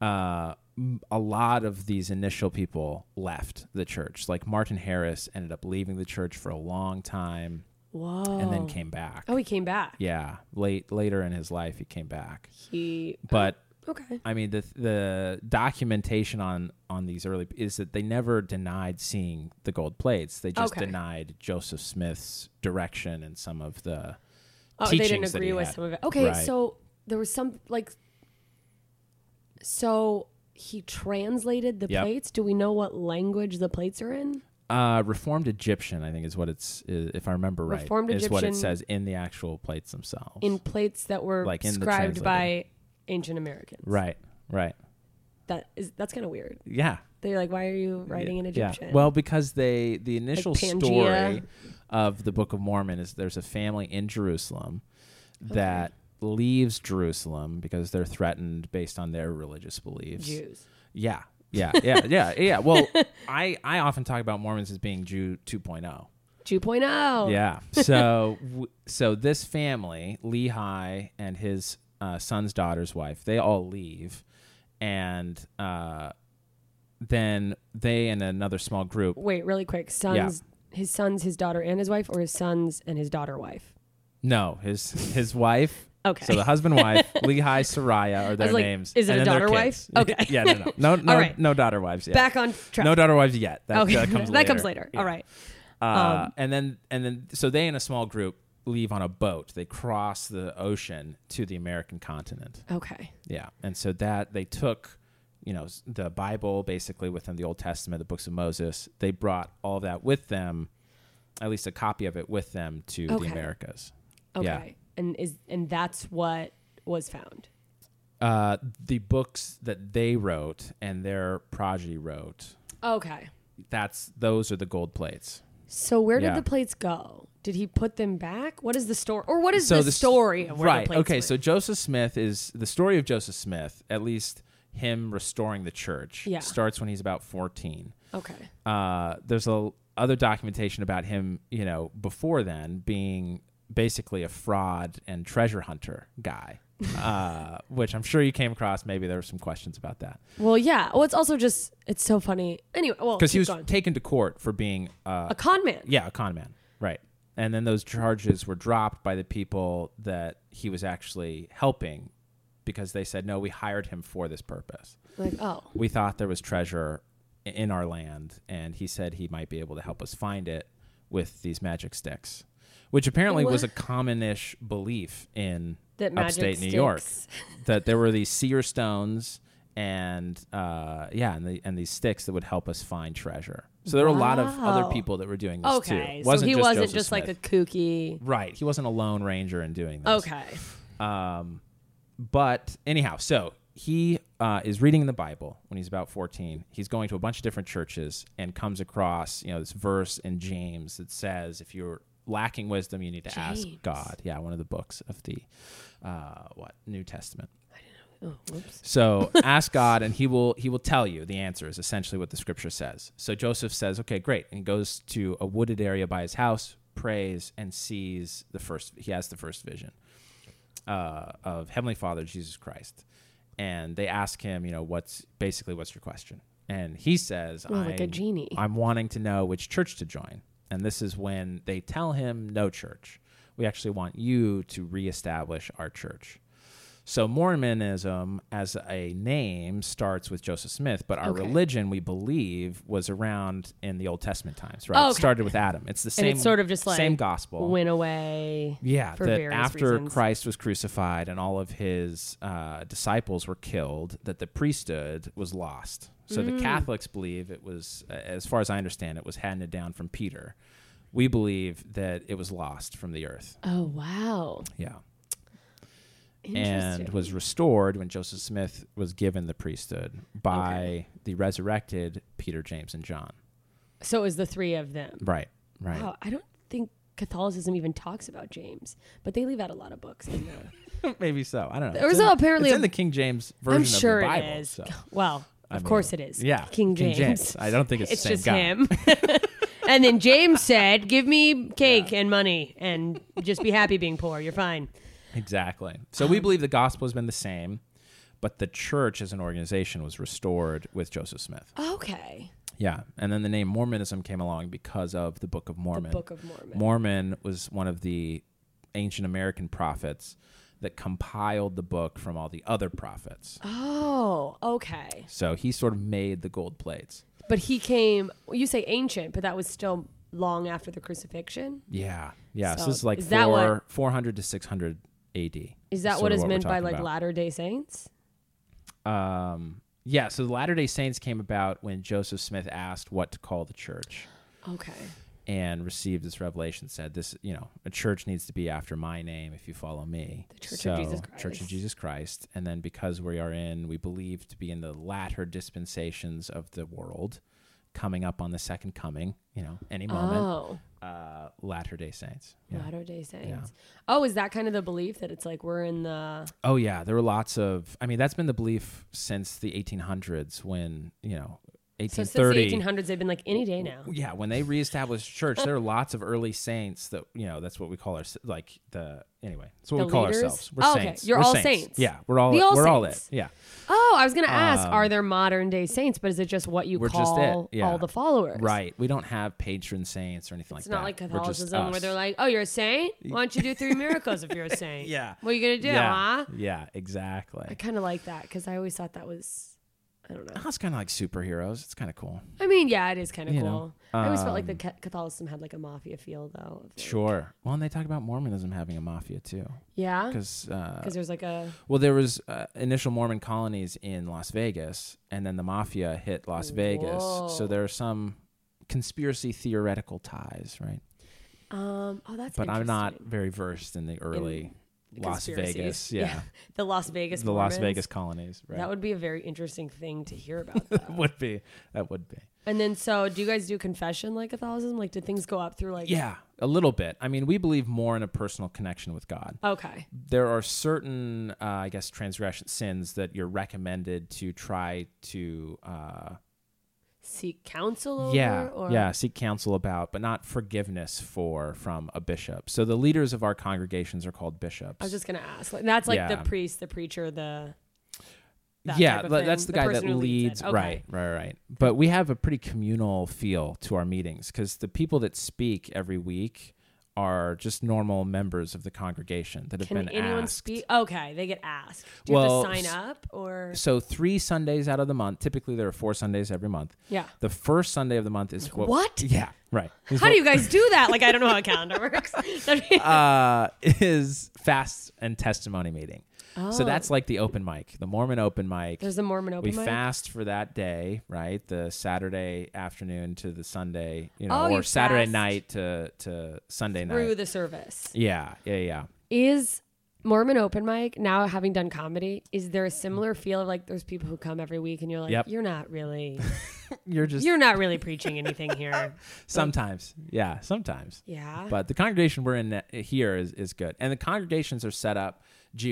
uh, m- a lot of these initial people left the church. Like Martin Harris ended up leaving the church for a long time
Whoa.
and then came back.
Oh, he came back.
Yeah, late later in his life he came back.
He.
But
Okay.
I mean the the documentation on on these early is that they never denied seeing the gold plates. They just
Okay.
denied Joseph Smith's direction and some of the
Oh, they didn't
teachings that he
agree with
had.
some of it. Okay,
Right.
so there was some like. So he translated the
Yep.
plates. Do we know what language the plates are in?
Uh, Reformed Egyptian, I think, is what it's i- if I remember right.
Reformed
is what it
Egyptian-
says in the actual plates themselves.
In plates that were
Like in the
scribed
translator.
by ancient Americans.
right, right,
That is that's kind of weird.
yeah.
They're like, why are you writing in
Yeah.
Egyptian?
Well, because they the initial
Pangea.
story of the Book of Mormon is there's a family in Jerusalem that leaves Jerusalem because they're threatened based on their religious beliefs.
Jews.
Yeah. Yeah, yeah, yeah, yeah. Well, I I often talk about Mormons as being Jew oh. 2.0.
2.0.
Yeah. So w- so this family, Lehi and his uh, son's daughter's wife, they all leave, and uh, then they and another small group.
Wait, really quick. Sons, his sons, his daughter, and his wife, or his sons and his daughter wife.
No, his his wife.
Okay.
So the husband, wife, Lehi, Saraya are their
like,
names.
is it
and
a
then their
daughter wife?
kids.
Okay.
yeah. No. No. No. No,
right.
no daughter wives yet.
Back on track.
No daughter wives yet. That,
okay,
that comes later. Yeah.
All right. Um,
Uh, and then and then so they in a small group leave on a boat. They cross the ocean to the American continent.
Okay.
Yeah, and so that they took, you know, s- the Bible basically within the Old Testament, the books of Moses. They brought all that with them, at least a copy of it with them to
Okay.
the Americas.
Okay.
Yeah.
And is and that's what was found.
Uh, the books that they wrote and their progeny wrote.
Okay.
That's those are the gold plates.
So where did
Yeah.
the plates go? Did he put them back? What is the story? Or what is the,
s-
story of where
right
the plates
okay
went?
so joseph smith is the story of joseph smith at least him restoring the church
Yeah.
starts when he's about 14
Okay.
uh, there's a other documentation about him you know before then being basically a fraud and treasure hunter guy uh, which i'm sure you came across maybe there were some questions about that
Well, yeah. Well, it's also just it's so funny. Anyway, well,
because he
keep
was
going.
taken to court for being uh,
a con man.
Yeah, a con man. Right. And then those charges were dropped by the people that he was actually helping because they said, no, we hired him for this purpose.
Like, oh.
We thought there was treasure i- in our land, and he said he might be able to help us find it with these magic sticks, which apparently was a commonish belief in
That magic
upstate New York
sticks.
that there were these seer stones and uh, yeah, and, the, and these sticks that would help us find treasure. So there were a lot of
Wow.
other people that were doing this too.
Okay.
It
So he wasn't
Joseph
just like a
Smith.
kooky.
right. He wasn't a lone ranger in doing this.
Okay.
But anyhow, so he uh, is reading the Bible when he's about 14. He's going to a bunch of different churches and comes across, you know, this verse in James that says, if you're lacking wisdom, you need to ask
James.
God. Yeah, one of the books of the, uh, what, New Testament.
Oh, whoops.
So ask God, and He will He will tell you the answer. Is essentially what the Scripture says. So Joseph says, "Okay, great," and he goes to a wooded area by his house, prays, and sees the first. He has the first vision uh, of Heavenly Father Jesus Christ, and they ask him, you know, what's basically what's your question? And he says,
Oh, like a
"I'm-
genie.
I'm wanting to know which church to join. And this is when they tell him, no church. We actually want you to reestablish our church. So Mormonism as a name starts with Joseph Smith, but our
Okay.
religion, we believe, was around in the Old Testament times, right? It
Okay.
started with Adam. It's the same
And it's sort of just like
same gospel.
went away.
Yeah,
for
that
various
after
reasons.
Christ was crucified and all of his uh, disciples were killed, that the priesthood was lost. So
Mm.
the Catholics believe it was, uh, as far as I understand, it was handed down from Peter. We believe that it was lost from the earth.
Oh wow,
Yeah.
interesting.
And was restored when Joseph Smith was given the priesthood by the resurrected Peter, James, and John.
so it was the three of them.
Right, right.
Wow, I don't think Catholicism even talks about James, but they leave out a lot of books. In the,
Maybe so. I don't know.
There
It's
was
in-
apparently
it's
a-
in the King James version
I'm sure
of the Bible.
it is.
so.
Well, of
mean,
course it is.
Yeah,
King James.
I don't think it's,
It's
the same
just
guy.
him. and then James said, "Give me cake and money, and just be happy being poor. You're fine."
Exactly. So we believe the gospel has been the same, but the church as an organization was restored with Joseph Smith.
Okay.
Yeah, and then the name Mormonism came along because of the Book of Mormon.
Book of Mormon.
Mormon was one of the ancient American prophets that compiled the book from all the other prophets.
Oh, okay.
So he sort of made the gold plates.
But he came. well, You say ancient, but that was still long after the crucifixion.
Yeah, yeah. So,
So
this is like
is that
four,
what-
400 to 600 A.D.
Is that
sort
what
of
is
we're
meant by
talking
like
about.
Latter Day Saints?
Um, yeah, so the Latter day Saints came about when Joseph Smith asked what to call the church
Okay.
and received this revelation said this you know a church needs to be after my name if you follow me the
Church of Jesus
church of
Christ.
jesus christ and then because we are in we believe to be in the latter dispensations of the world coming up on the second coming you know any moment
Oh,
uh latter day saints yeah.
Latter Day Saints. Oh, is that kind of the belief that it's like we're in the
Oh yeah, there were lots of. I mean, that's been the belief since the 1800s, when you know,
so
1830.
since the eighteen hundreds they've been like any day now.
yeah, when they reestablished church, there are lots of early saints that you know. That's what we call our like the anyway. That's what
The
we call
leaders?
ourselves. We're
Oh, okay.
saints.
You're
We're
all
saints.
saints.
Yeah, we're all
The all
we're all it.
saints.
Yeah,
Oh, I was gonna ask, are there modern day saints? But is it just what you
Um, we're just
call
it. Yeah.
all the followers?
right. We don't have patron saints or anything
It's
like that.
not like
We're just
Catholicism where
us.
they're like, "Oh, you're a saint. Why don't you do three miracles if you're a saint?"
yeah.
What are you gonna do,
yeah.
huh?
Yeah, exactly.
I kind of like that because I always thought that was, I don't know.
That's kind of like superheroes. It's kind of cool.
I mean, yeah, it is kind of
You
cool.
know, um,
I always felt like the ca- Catholicism had like a mafia feel though. of, like-
Sure. Well, and they talk about Mormonism having a mafia too,
Yeah. Because
because uh,
there's like a
Well, there was uh, initial Mormon colonies in Las Vegas, and then the mafia hit Las Vegas. So
Whoa.
there are some conspiracy theoretical ties, right?
um. Oh, that's.
But I'm not
interesting.
very versed in the early Las
Conspiracies.
Vegas, yeah,
The Las Vegas.
the Las
Mormons.
Vegas colonies. Right?
That would be a very interesting thing to hear about. though.
would be that would be.
and then, so do you guys do confession like Catholicism? Like, did things go up through like?
Yeah, a little bit. I mean, we believe more in a personal connection with God.
Okay.
there are certain, uh, I guess, transgression sins that you're recommended to try to. Uh,
Seek counsel over.
yeah
Or?
yeah seek counsel about but not forgiveness for from a bishop so the leaders of our congregations are called bishops
I was just gonna ask. Like, that's like
Yeah.
the priest, the preacher, the. that
yeah
type of
tha-
thing.
that's the, guy that
person who
leads,
it. Okay.
right right right but we have a pretty communal feel to our meetings because the people that speak every week are just normal members of the congregation that have
Can
been
anyone
asked
speak? Okay, they get asked. Do
Well,
you have to
s-
sign up or?
so three sundays out of the month typically there are four sundays every month
Yeah.
the first sunday of the month is what,
what?
yeah right Is
How
what-
do you guys do that? Like, I don't know how a calendar works. That'd be-
uh, is fast and testimony meeting. So that's like the open mic, the Mormon open mic.
Oh. There's a Mormon open
we
mic?
fast for that day, right? The Saturday afternoon to the Sunday, you know,
Oh, you
or Saturday
fast
night to to Sunday
through
night.
the service.
yeah, yeah, yeah.
Is Mormon open mic, now having done comedy, is there a similar feel of like there's people who come every week and you're like,
Yep.
you're not really,
You're just
you're not really preaching anything here.
sometimes, yeah, sometimes.
Yeah.
But the congregation we're in that- here is is good, and the congregations are set up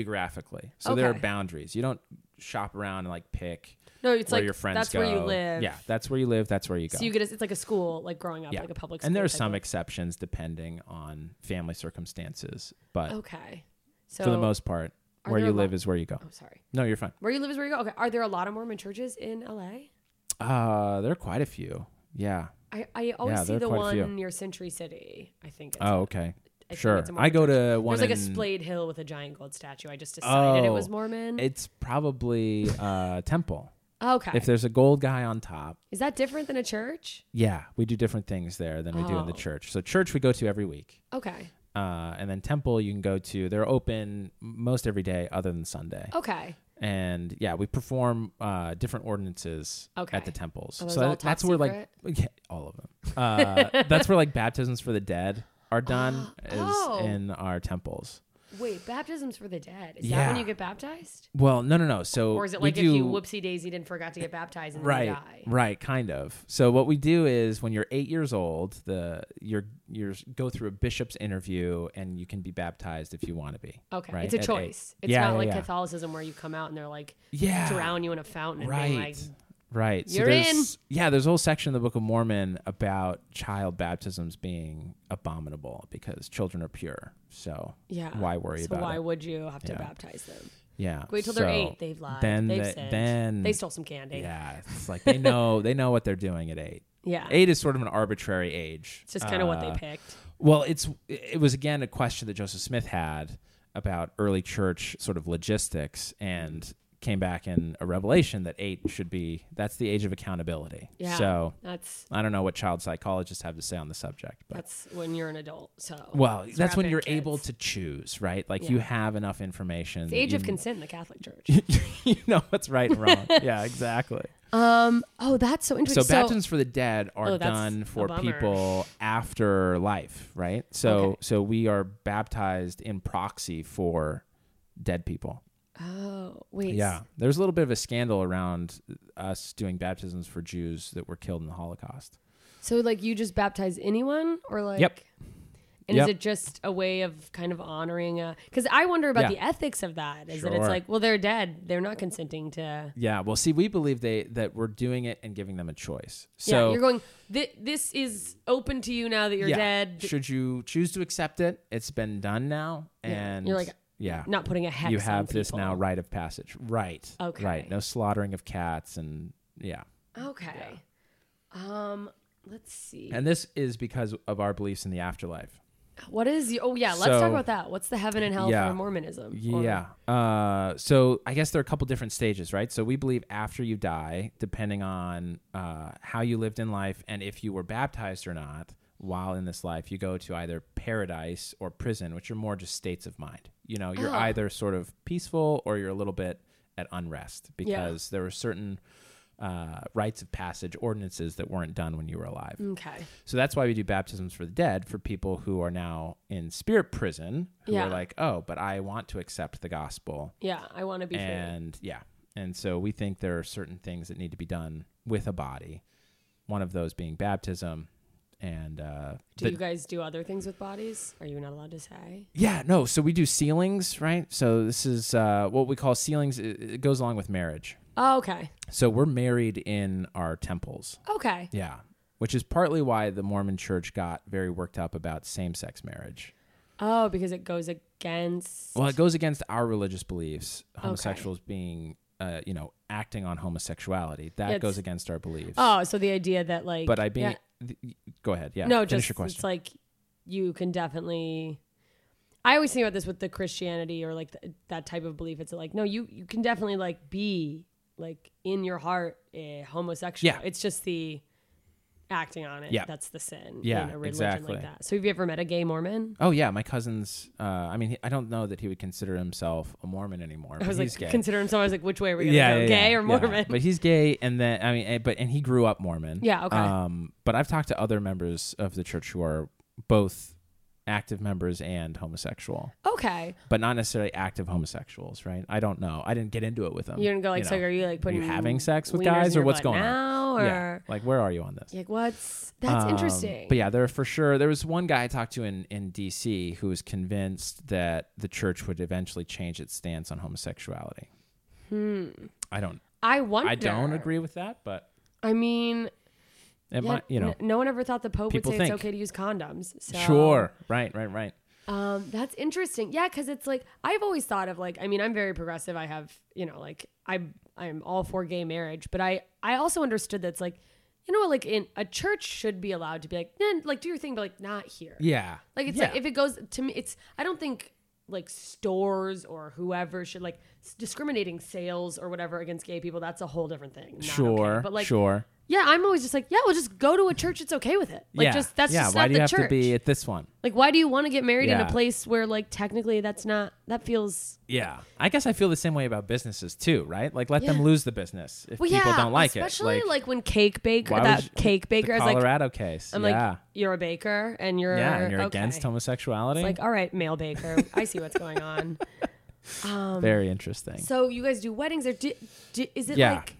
geographically, so there are
Okay.
boundaries. You don't shop around and like pick
No, it's
where
like
your friends
that's
go.
where you live.
Yeah, that's where you live. That's where you go.
So you get a, it's like a school, like growing up,
yeah.
like a public. school
and there are
type
some
of-
exceptions depending on family circumstances, but
okay. Oh, So
for the most part,
Are
where
there
you
a
live
lot-
is where you go.
oh, sorry,
No, you're fine.
where you live is where you go. Okay, are there a lot of Mormon churches in LA?
Uh, there are quite a few. Yeah.
I, I always
Yeah, there
see
are
the
quite a
one
few.
near Century City. I think. It's
Oh, okay.
I think
sure.
it's a
I
Mormon
go
church.
to one.
There's like a
in-
splayed hill with a giant gold statue. I just decided it
Oh,
was Mormon.
It's probably uh, temple.
okay.
If there's a gold guy on top,
Is that different than a church?
yeah, we do different things there than we do in the
Oh.
church. So church we go to every week,
Okay.
uh, and then temple you can go to. They're open most every day other than Sunday.
Okay.
and yeah, we perform uh, different ordinances
Okay.
at the temples.
Are those
so
all
that-
top
that's where like yeah, all of them. Uh, that's where like baptisms for the dead are done is
Oh.
in our temples.
Wait, baptism's for the dead. Is that
Yeah.
when you get baptized?
Well, no, no, no. So
Or is it
we
like
do-
if you whoopsie daisied and forgot to get baptized and then
right
you die?
right kind of so what we do is when you're eight years old the you're you're go through a bishop's interview and you can be baptized if you want to be
Okay.
right,
It's a
at eight.
choice. It's
Yeah,
not
yeah,
like
yeah.
Catholicism where you come out and they're like
Yeah.
drown you in a fountain and being like
right right
"You're
there's- yeah there's a whole section of the book of mormon about child baptisms being abominable because children are pure so
Yeah.
why worry
so
about
why
it
would you have to
Yeah.
baptize them?
yeah
Wait till they're
so
eight. They've lied.
then
They've
they,
said
then
they stole some candy.
yeah it's like they know they know what they're doing at eight
Yeah.
eight is sort of an arbitrary age
It's just kind of what they
Uh,
picked.
Well, it's it was again a question that Joseph Smith had about early church sort of logistics and came back in a revelation that 8 should be that's the age of accountability.
Yeah.
So,
that's
I don't know what child psychologists have to say on the subject, but
that's when you're an adult. So
well,
let's
that's
wrap
when
in,
you're
kids.
able to choose, right? Like you have enough information.
The
that
age
you,
of consent in the Catholic Church.
you know what's right and wrong. yeah, exactly.
um. Oh, that's so
So,
interesting.
baptisms for the dead are
Oh, that's
done
a
for
bummer.
people after life, right? So
Okay.
so we are baptized in proxy for dead people.
oh wait.
Yeah. There's a little bit of a scandal around us doing baptisms for Jews that were killed in the Holocaust.
So like you just baptize anyone or like
Yep.
And
Yep.
is it just a way of kind of honoring a cuz I wonder about
Yeah.
the ethics of that is that it's
Sure.
like well they're dead they're not consenting to
Yeah. Well, see, we believe they that we're doing it and giving them a choice. So
Yeah you're going "Thi- this is open to you now that you're
yeah,
dead
Should you choose to accept it? It's been done now, and
You're like,
yeah,
not putting a hex
you
on
have this
people.
now rite of passage right
Okay.
right no slaughtering of cats and yeah
Okay. Um let's see.
and this is because of our beliefs in the afterlife
what is y- Oh yeah, let's
So-
talk about that. What's the heaven and hell
Yeah.
for Mormonism? Or-
yeah uh, so i guess there are a couple different stages right so we believe after you die depending on uh, how you lived in life and if you were baptized or not while in this life you go to either paradise or prison which are more just states of mind you know you're either sort of peaceful or you're a little bit at unrest because there were certain uh, rites of passage ordinances that weren't done when you were alive
Okay.
so that's why we do baptisms for the dead for people who are now in spirit prison who
Yeah.
are like, oh, but I want to accept the gospel.
Yeah, I want to be free.
And yeah. And so we think there are certain things that need to be done with a body, one of those being baptism. And uh,
Do
but-
you guys do other things with bodies? Are you not allowed to say?
yeah, no. So we do sealings, right? So this is uh, what we call sealings. It, it goes along with marriage.
Oh, okay.
So we're married in our temples.
Okay.
Yeah. Which is partly why the Mormon church got very worked up about same sex marriage.
Oh, because it goes against.
Well, it goes against our religious beliefs. Homosexuals being, uh, you know, acting on homosexuality. That
It's-
goes against our beliefs.
Oh, so the idea that like.
but I being,
yeah.
th- go ahead. Yeah.
no,
finish
just
your
it's
question.
like you can definitely. I always think about this with the Christianity or like th- that type of belief. It's like no, you you can definitely like be like in your heart eh, homosexual.
Yeah.
It's just the acting on it.
Yeah.
That's the sin.
Yeah,
in a religion
exactly.
like that. So have you ever met a gay Mormon?
oh yeah, my cousin's. Uh, I mean, he, I don't know that he would consider himself a Mormon anymore.
I
but
was
he's
like,
gay.
consider him. So I was like, which way are we gonna
yeah,
go,
yeah,
gay
yeah,
or
yeah.
Mormon?
But he's gay, and then I mean, eh, but and he grew up Mormon.
Yeah, okay.
Um, but I've talked to other members of the church who are both active members and homosexual,
Okay.
but not necessarily active homosexuals, right? I don't know. I didn't get into it with them.
You're gonna go like, so
know.
are you like
Are
putting
you having sex with
wieners
guys
in
or
your
what's
butt
going
now,
on?
Or
Yeah. Like, where are you on this?
like what's that's
Um,
interesting.
But yeah, there for sure. There was one guy I talked to in, in DC who was convinced that the church would eventually change its stance on homosexuality. Hmm. I don't.
I wonder.
I don't agree with that, but
I mean,
it
yeah,
might. You know.
n- no one ever thought the Pope would
people
say
think.
it's okay to use condoms. So.
Sure. Right. Right. Right.
Um, that's interesting. Yeah, because it's like I've always thought of like I mean I'm very progressive. I have you know like I I'm all for gay marriage, but I I also understood that's like you know what like in a church should be allowed to be like then like do your thing, but like not here.
Yeah.
Like it's like if it goes to me, it's I don't think like stores or whoever should like s- discriminating sales or whatever against gay people. That's a whole different thing. Not
sure.
okay. but like
sure.
yeah, I'm always just like yeah, we'll just go to a church. It's okay with it. Like
yeah.
just that's
yeah.
just
Why
not
do
the
you have
church.
to be at this one?
Like, why do you want to get married in
Yeah.
a place where, like, technically that's not, that feels,
Yeah. I guess I feel the same way about businesses too, right? Like let them
Yeah.
lose the business if
well,
people
yeah.
don't like
especially
it.
Especially, like, when Cake Baker,
why would
that
you-
Cake Baker
the
is like,
Colorado case.
I'm
yeah.
like, you're a baker and you're,
yeah, and you're
okay.
against homosexuality.
It's like, all right, male baker. I see what's going on. um,
Very interesting.
So, you guys do weddings, or do, do, is it
Yeah.
like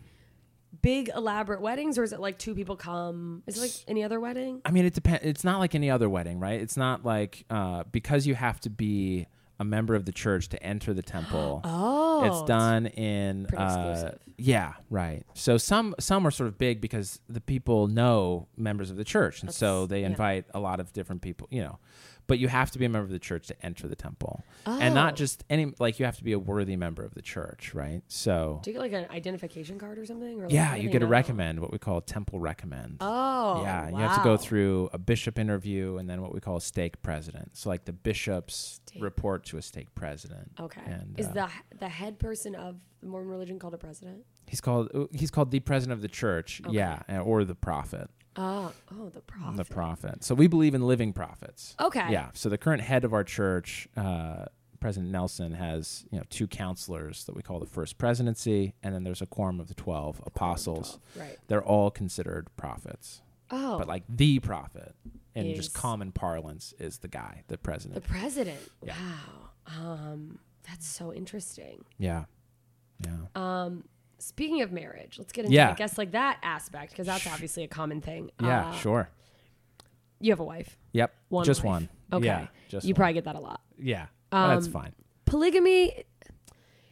big, elaborate weddings, or is it like two people come? Is it like any other wedding?
I mean, it depends. It's not like any other wedding, right? It's not like uh, because you have to be a member of the church to enter the temple.
Oh,
it's done in
pretty
uh,
exclusive.
yeah, right. So some some are sort of big because the people know members of the church, and so they invite a lot of different people. You know, but you have to be a member of the church to enter the temple, and not
Oh.
just any like you have to be a worthy member of the church, right? So
Do you get like an identification card or something? Or like, how
yeah,
do
you
they
get a
know?
recommend, what we call a temple recommend.
Oh,
Yeah, and you have to go
wow.
through a bishop interview and then what we call a stake president. So like the bishops report to a stake president.
Okay.
And
is
uh,
the the head person of the Mormon religion called a president?
he's called uh, he's called the president of the church. Yeah, uh, or the prophet.
Oh, oh, the prophet.
The prophet. So we believe in living prophets.
Okay.
Yeah. So the current head of our church, uh, President Nelson, has you know two counselors that we call the first presidency, and then there's a quorum of the twelve apostles.
12, right.
They're all considered prophets.
oh,
but like the prophet in just
Is-
common parlance is the guy, the
the
president.
president. Wow. Um, that's so interesting.
yeah. Yeah.
Speaking of marriage, let's get into
Yeah.
I guess like that aspect because that's obviously a common thing.
yeah,
Uh,
sure.
You have a wife.
Yep.
One.
just
wife.
one.
Okay.
Yeah, just
you
one.
probably get that a lot.
Yeah. Well, that's
Um,
fine.
Polygamy.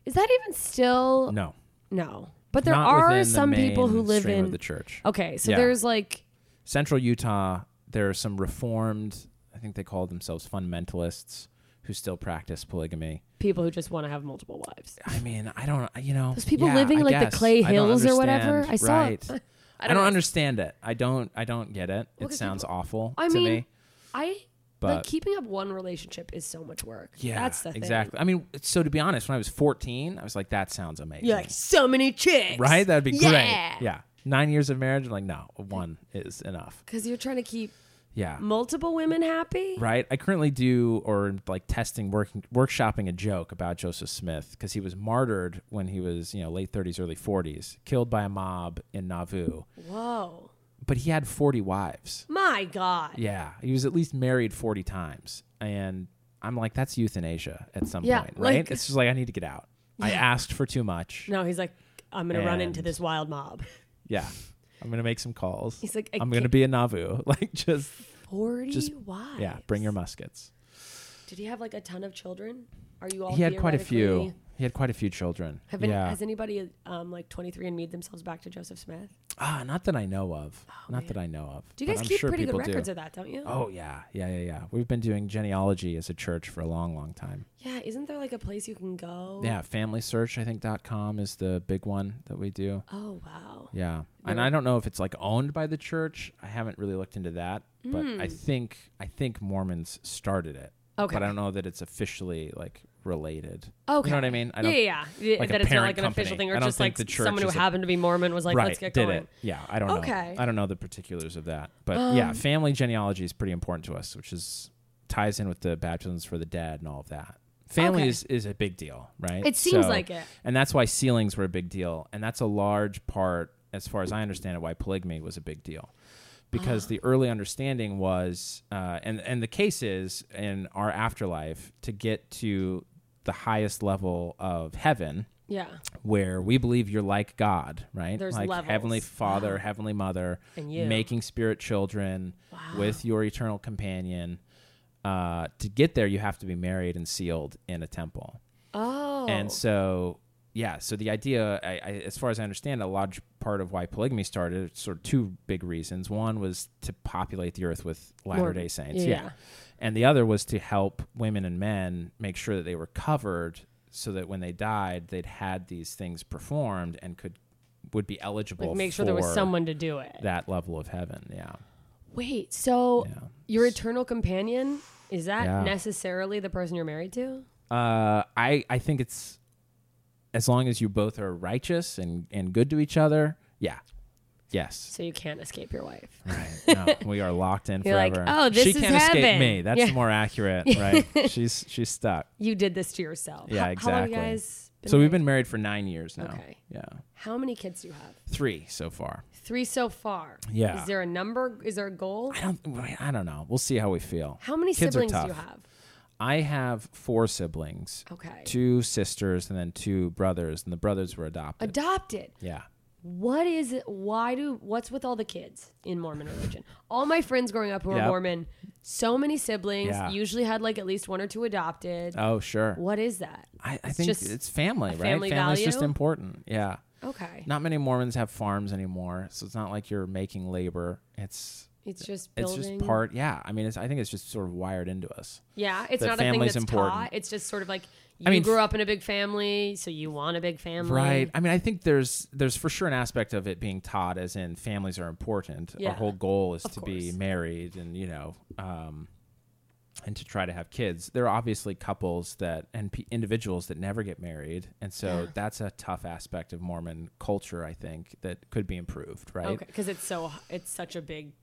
Is that even still
No.
no? But there
Not within
are
the
some people who
main
live
stream
in Oh.
of the church.
Okay, so
Yeah.
there's like
Central Utah, there are some reformed, I think they call themselves fundamentalists who still practice polygamy.
people who just want to have multiple wives.
I mean, I don't, you know,
Those people
Uh, yeah,
living
I
in, like, the
guess.
Clay
I don't
Hills or whatever.
understand.
I saw-
Right. I don't, understand it. I don't. I don't get it. it sounds awful
I
to
mean,
me.
I
But-
like keeping up one relationship is so much work.
Yeah,
that's the thing.
exactly. I mean, so to be honest, when I was 14, I was like, that sounds amazing.
You're like so many chicks,
Right? That'd be
Yeah.
great. Yeah. Nine years of marriage, I'm like, no, one is enough.
Because you're trying to keep
Yeah.
multiple women happy.
Right. I currently do or like testing, working, workshopping a joke about Joseph Smith because he was martyred when he was, you know, late 30s, early 40s, killed by a mob in Nauvoo.
Whoa,
But he had 40 wives.
my God.
Yeah, he was at least married 40 times. And I'm like, that's euthanasia at some
Yeah,
point, right?
like-
it's just like, I need to get out. I asked for too much.
No, he's like, I'm gonna run into
And-
this wild mob.
Yeah. I'm going to make some calls.
He's like, I
I'm going to
can't-
be a Nauvoo. Like, just,
Forty
Just-
wives.
yeah, bring your muskets.
Did he have like a ton of children? Are you all?
he had quite a few.
theoretically-
He had quite a few children.
Have any,
yeah.
Has anybody um, like 23 and me themselves back to Joseph Smith?
ah, not that I know of. not that I know of.
Oh, Do you guys
but I'm
keep
sure
pretty good
people do.
records of that, don't you?
Oh, yeah. Yeah, yeah, yeah. We've been doing genealogy as a church for a long, long time.
Yeah, isn't there like a place you can go?
Yeah, FamilySearch, I think, dot com is the big one that we do.
Oh wow.
Yeah. And I don't know if it's like owned by the church. I haven't really looked into that, but I think I think Mormons started it.
Hmm. Okay.
But I don't know that it's officially like related.
Okay.
You know what I mean? I
yeah,
don't
yeah, yeah.
like a
that it's not like
parent
an official
company.
thing,
I
or
don't
just
think
like
the church
someone who
is a-
happened to be Mormon was like,
right,
"Let's get
did
going."
it. Yeah, I don't
Okay. Um,
know. I don't know the particulars of that. But yeah, family genealogy is pretty important to us, which is ties in with the baptisms for the dead and all of that. Family
Okay.
is, is a big deal, right?
It seems like it.
And that's why sealings were a big deal. And that's a large part, as far as I understand it, why polygamy was a big deal. because
Ah.
the early understanding was, uh, and and the case is in our afterlife to get to the highest level of heaven,
Yeah.
where we believe you're like God, right?
There's
like
levels.
Heavenly Father, Heavenly Mother,
And you.
making spirit children with your eternal companion. Uh, to get there, you have to be married and sealed in a temple.
Oh.
And so, yeah, so the idea, I, I, as far as I understand, a large part of why polygamy started, sort of two big reasons. One was to populate the earth with Latter day Saints.
yeah.
Yeah. And the other was to help women and men make sure that they were covered so that when they died, they'd had these things performed and could would be eligible
like make sure there was
for
someone to do it.
that level of heaven. Yeah.
Wait, so
Yeah.
your eternal companion is that
Yeah.
necessarily the person you're married to?
Uh, I I think it's as long as you both are righteous and, and good to each other. Yeah. Yes.
So you can't escape your wife.
Right. No, we are locked in
You're like,
forever.
"Oh, this
she
is
can't escape
heaven."
me. That's
Yeah.
more accurate, right? she's she's stuck.
You did this to yourself.
Yeah,
how, How long have
exactly.
you guys been
so we've
married?
been married for nine years now.
Okay.
Yeah,
How many kids do you have?
three so far.
Three so far.
Yeah.
Is there a number? Is there a goal?
I don't. I don't know. We'll see how we feel.
How many
Kids are
siblings do you
tough.
have?
I have four siblings.
Okay.
Two sisters and then two brothers, and the brothers were adopted.
Adopted.
yeah.
What is it? Why do? What's with all the kids in Mormon religion? All my friends growing up who were
Yep.
Mormon, so many siblings.
Yeah.
Usually had like at least one or two adopted.
Oh sure.
what is that?
I, I think
just
it's family,
a
right?
family
Family's just
value?
important. Yeah.
Okay.
Not many Mormons have farms anymore, so it's not like you're making labor. It's
It's just
it's
building.
just part. Yeah. I mean, it's, I think it's just sort of wired into us.
Yeah, it's
that
not a thing
family's
that's
important.
taught. It's just sort of like you
mean,
grew
f-
up in a big family, so you want a big family.
Right. I mean, I think there's there's for sure an aspect of it being taught, as in families are important.
Yeah.
Our whole goal is
Of
to be
course.
married, and you know, um, and to try to have kids. There are obviously couples that and pe individuals that never get married, and so that's a tough aspect of Mormon culture. I think that could be improved. Right.
Okay, because it's so it's such a big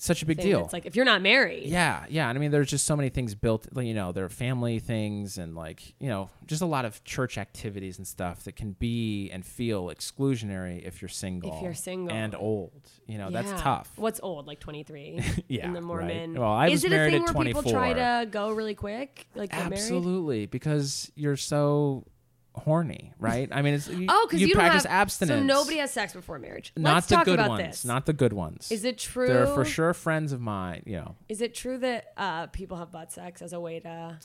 Such a big
thing.
deal.
It's like if you're not married,
Yeah, yeah. And I mean, there's just so many things built. Like, you know, there are family things and like you know, just a lot of church activities and stuff that can be and feel exclusionary if you're single.
you're single.
and old, you know,
Yeah.
that's tough.
What's old, like 23?
Yeah,
In the
right.
Mormon.
Well, I
Is
was
it
married
a thing
at
where people try
24.
to go really quick? Like get married?
Absolutely, because you're so horny, right? I mean, it's you,
Oh, because
you,
you, don't
practice
have,
abstinence.
So nobody has sex before marriage.
not
Let's
the
talk
good
about
ones.
this.
Not the good ones.
Is it true?
There are for sure friends of mine. You know,
Is it true that uh, people have butt sex as a way to?